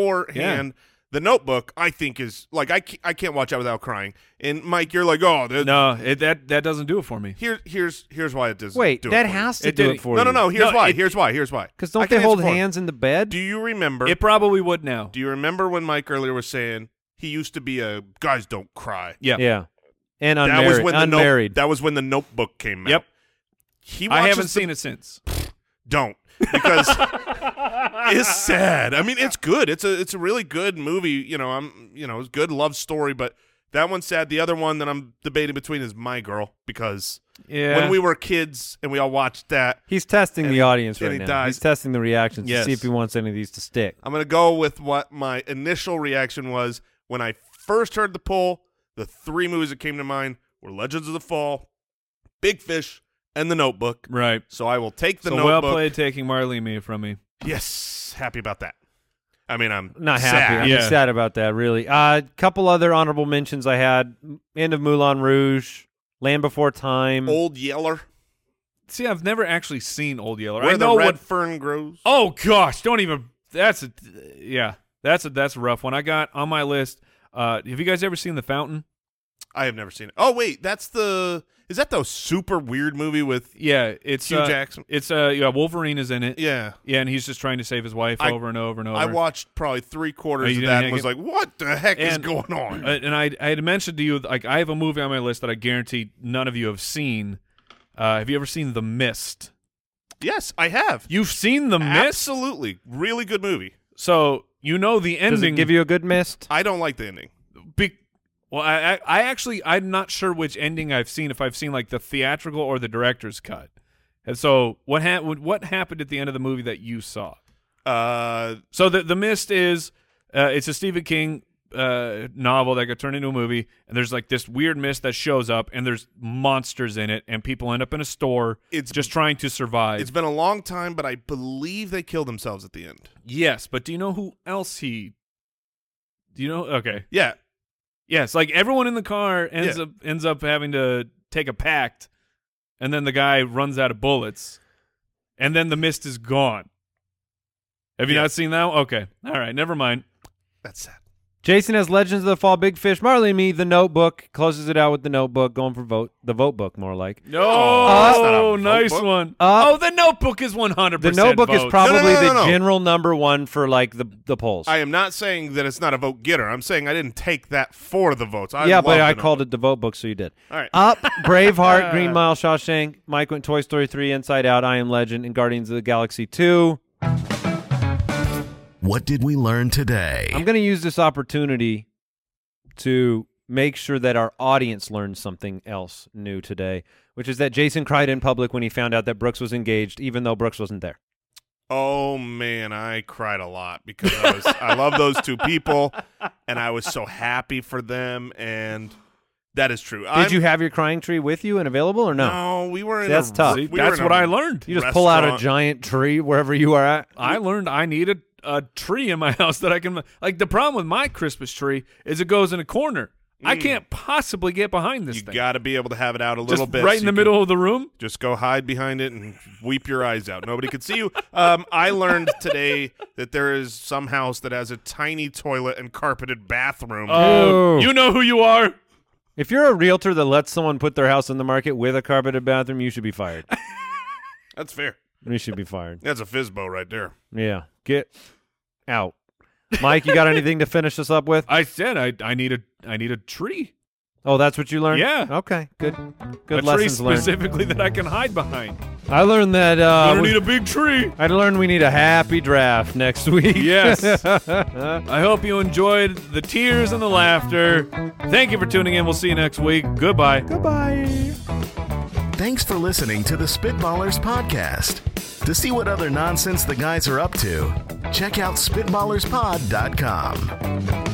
[SPEAKER 2] beforehand. The Notebook, I think, is like I can't, I can't watch that without crying. And Mike, you're like, oh, the,
[SPEAKER 1] No, it, that that doesn't do it for me.
[SPEAKER 2] Here, here's here's why it does.
[SPEAKER 4] Wait,
[SPEAKER 2] do
[SPEAKER 4] that
[SPEAKER 2] it for you.
[SPEAKER 4] has to
[SPEAKER 1] It
[SPEAKER 4] do
[SPEAKER 1] did-
[SPEAKER 4] it for
[SPEAKER 2] no,
[SPEAKER 4] you.
[SPEAKER 2] no, no. Here's
[SPEAKER 1] No,
[SPEAKER 2] why.
[SPEAKER 1] it-
[SPEAKER 2] here's why. Here's why.
[SPEAKER 4] Because
[SPEAKER 2] I
[SPEAKER 4] don't
[SPEAKER 2] can
[SPEAKER 4] they hold
[SPEAKER 2] answer for it.
[SPEAKER 4] hands in the bed?
[SPEAKER 2] Do you remember?
[SPEAKER 1] It probably would now.
[SPEAKER 2] do you remember when Mike earlier was saying he used to be a guys don't cry?
[SPEAKER 1] Yeah.
[SPEAKER 4] yeah. And unmarried.
[SPEAKER 2] That was when the note-
[SPEAKER 4] unmarried.
[SPEAKER 2] that was when the Notebook came out.
[SPEAKER 1] Yep.
[SPEAKER 2] He
[SPEAKER 1] I
[SPEAKER 2] watches
[SPEAKER 1] haven't
[SPEAKER 2] the-
[SPEAKER 1] seen it since.
[SPEAKER 2] Don't because it's sad. I mean, it's good. It's a it's a really good movie. You know, I'm you know, it's a good love story, but that one's sad. The other one that I'm debating between is My Girl because
[SPEAKER 1] Yeah.
[SPEAKER 2] when we were kids and we all watched that,
[SPEAKER 4] He's testing
[SPEAKER 2] and
[SPEAKER 4] the
[SPEAKER 2] he-
[SPEAKER 4] audience
[SPEAKER 2] and
[SPEAKER 4] right
[SPEAKER 2] he
[SPEAKER 4] now.
[SPEAKER 2] dies.
[SPEAKER 4] He's testing the reactions
[SPEAKER 1] Yes.
[SPEAKER 4] to see if he wants any of these to stick.
[SPEAKER 2] I'm going to go with what my initial reaction was when I first heard the poll. The three movies that came to mind were Legends of the Fall, Big Fish, and The Notebook.
[SPEAKER 1] Right.
[SPEAKER 2] So I will take The
[SPEAKER 1] so well
[SPEAKER 2] Notebook.
[SPEAKER 1] played taking Marley and me from me.
[SPEAKER 2] Yes, happy about that. I mean, I'm
[SPEAKER 4] Not happy.
[SPEAKER 2] sad.
[SPEAKER 4] I'm just
[SPEAKER 1] Yeah.
[SPEAKER 4] sad about that, really. A uh, couple other honorable mentions I had M- End of Moulin Rouge, Land Before Time.
[SPEAKER 2] Old Yeller,
[SPEAKER 1] See, I've never actually seen Old Yeller.
[SPEAKER 2] where
[SPEAKER 1] I know
[SPEAKER 2] the red
[SPEAKER 1] what
[SPEAKER 2] fern grows.
[SPEAKER 1] Oh gosh, don't even. That's a yeah. That's a that's a rough one. I got on my list. Uh, have you guys ever seen The Fountain?
[SPEAKER 2] I have never seen it. Oh wait, that's the is that the super weird movie with
[SPEAKER 1] Yeah, it's
[SPEAKER 2] Hugh
[SPEAKER 1] uh,
[SPEAKER 2] Jackman?
[SPEAKER 1] It's uh, yeah, Wolverine is in it.
[SPEAKER 2] yeah.
[SPEAKER 1] yeah, and he's just trying to save his wife
[SPEAKER 2] I-
[SPEAKER 1] over and over and over.
[SPEAKER 2] I watched probably three
[SPEAKER 1] Oh, you
[SPEAKER 2] quarters of
[SPEAKER 1] didn't
[SPEAKER 2] that
[SPEAKER 1] hang
[SPEAKER 2] and was
[SPEAKER 1] it?
[SPEAKER 2] like, what the heck is
[SPEAKER 1] And-
[SPEAKER 2] going on?
[SPEAKER 1] Uh, and I I had mentioned to you like I have a movie on my list that I guarantee none of you have seen. Uh, have you ever seen The Mist?
[SPEAKER 2] yes, I have.
[SPEAKER 1] You've seen The Mist,
[SPEAKER 2] Absolutely, really good movie.
[SPEAKER 1] so you know the ending.
[SPEAKER 4] Does it give you a good mist?
[SPEAKER 2] I don't like the ending.
[SPEAKER 1] Be- well, I, I I actually I'm not sure which ending I've seen. If I've seen like the theatrical or the director's cut. And so what ha- what happened at the end of the movie that you saw?
[SPEAKER 2] Uh,
[SPEAKER 1] So the the mist is uh, it's a Stephen King uh, novel that got turned into a movie, and there's like this weird mist that shows up, and there's monsters in it, and people end up in a store.
[SPEAKER 2] It's-
[SPEAKER 1] just trying to survive.
[SPEAKER 2] it's been a long time, but I believe they kill themselves at the end.
[SPEAKER 1] yes, but do you know who else he? Do you know? Okay,
[SPEAKER 2] Yeah,
[SPEAKER 1] Yes, like everyone in the car ends
[SPEAKER 2] Yeah.
[SPEAKER 1] up ends up having to take a pact, and then the guy runs out of bullets, and then the mist is gone. Have you
[SPEAKER 2] Yeah.
[SPEAKER 1] not seen that? One? Okay, all right, never mind.
[SPEAKER 2] that's sad.
[SPEAKER 4] Jason has Legends of the Fall, Big Fish, Marley and Me, The Notebook, closes it out with The Notebook, going for vote, the vote book more like.
[SPEAKER 1] No,
[SPEAKER 2] that's not a
[SPEAKER 1] nice
[SPEAKER 2] notebook.
[SPEAKER 1] one.
[SPEAKER 4] Uh,
[SPEAKER 1] oh, the Notebook is one hundred.
[SPEAKER 4] The
[SPEAKER 1] percent
[SPEAKER 4] Notebook is probably
[SPEAKER 2] No, no, no, no,
[SPEAKER 4] the
[SPEAKER 2] no.
[SPEAKER 4] general number one for like the the polls.
[SPEAKER 2] I am not saying that it's not a vote getter. I'm saying I didn't take that for the votes. I
[SPEAKER 4] yeah,
[SPEAKER 2] love
[SPEAKER 4] but
[SPEAKER 2] the
[SPEAKER 4] I
[SPEAKER 2] Notebook.
[SPEAKER 4] called it the vote book, so you did.
[SPEAKER 2] All right. [LAUGHS]
[SPEAKER 4] Up, Braveheart, Green Mile, Shawshank, Mike went Toy Story 3, Inside Out, I Am Legend, and Guardians of the Galaxy 2.
[SPEAKER 3] What did we learn today?
[SPEAKER 4] I'm going to use this opportunity to make sure that our audience learned something else new today, which is that Jason cried in public when he found out that Brooks was engaged, even though Brooks wasn't there.
[SPEAKER 2] Oh man, I cried a lot because I was I love those two people and I was so happy for them and that is true.
[SPEAKER 4] Did you have your crying tree with you and available or no?
[SPEAKER 2] No, we were in
[SPEAKER 4] See, that's
[SPEAKER 2] a,
[SPEAKER 4] tough.
[SPEAKER 2] we
[SPEAKER 1] See,
[SPEAKER 2] were
[SPEAKER 1] that's
[SPEAKER 2] in a-
[SPEAKER 1] what I learned.
[SPEAKER 4] You just pull out a
[SPEAKER 2] Restaurant.
[SPEAKER 4] giant tree wherever you are at.
[SPEAKER 1] I learned I needed a tree in my [LAUGHS] house that I can like. The problem with my Christmas tree is it goes in a corner. I can't possibly get behind this
[SPEAKER 2] Mm. You
[SPEAKER 1] thing.
[SPEAKER 2] got to be able to have it out a little
[SPEAKER 1] just
[SPEAKER 2] bit
[SPEAKER 1] right in
[SPEAKER 2] so
[SPEAKER 1] the
[SPEAKER 2] you
[SPEAKER 1] middle
[SPEAKER 2] can
[SPEAKER 1] of the room.
[SPEAKER 2] Just go hide behind it and weep your eyes out. Nobody could see you. Um, I learned today that there is some house that has a tiny toilet and carpeted bathroom.
[SPEAKER 1] Oh,
[SPEAKER 4] Ew.
[SPEAKER 1] you know who you are.
[SPEAKER 4] If you're a realtor that lets someone put their house on the market with a carpeted bathroom, you should be fired.
[SPEAKER 2] That's fair.
[SPEAKER 4] you should be fired.
[SPEAKER 2] That's a fizbo right there.
[SPEAKER 4] Yeah. Get out. Mike, you got anything to finish us up with?
[SPEAKER 1] I said I I need a I need a tree.
[SPEAKER 4] Oh, that's what you learned?
[SPEAKER 1] Yeah.
[SPEAKER 4] Okay. Good. Good
[SPEAKER 1] a
[SPEAKER 4] lessons
[SPEAKER 1] tree
[SPEAKER 4] learned.
[SPEAKER 1] specifically that I can hide behind.
[SPEAKER 4] I learned that uh,
[SPEAKER 1] I don't
[SPEAKER 4] we-
[SPEAKER 1] need a big tree.
[SPEAKER 4] I learned we need a happy draft next [LAUGHS] week.
[SPEAKER 1] Yes. I hope you enjoyed the tears and the laughter. Thank you for tuning in. We'll see you next week. Goodbye.
[SPEAKER 4] Goodbye.
[SPEAKER 3] Thanks for listening to the Spitballers Podcast. To see what other nonsense the guys are up to, check out SpitballersPod.com.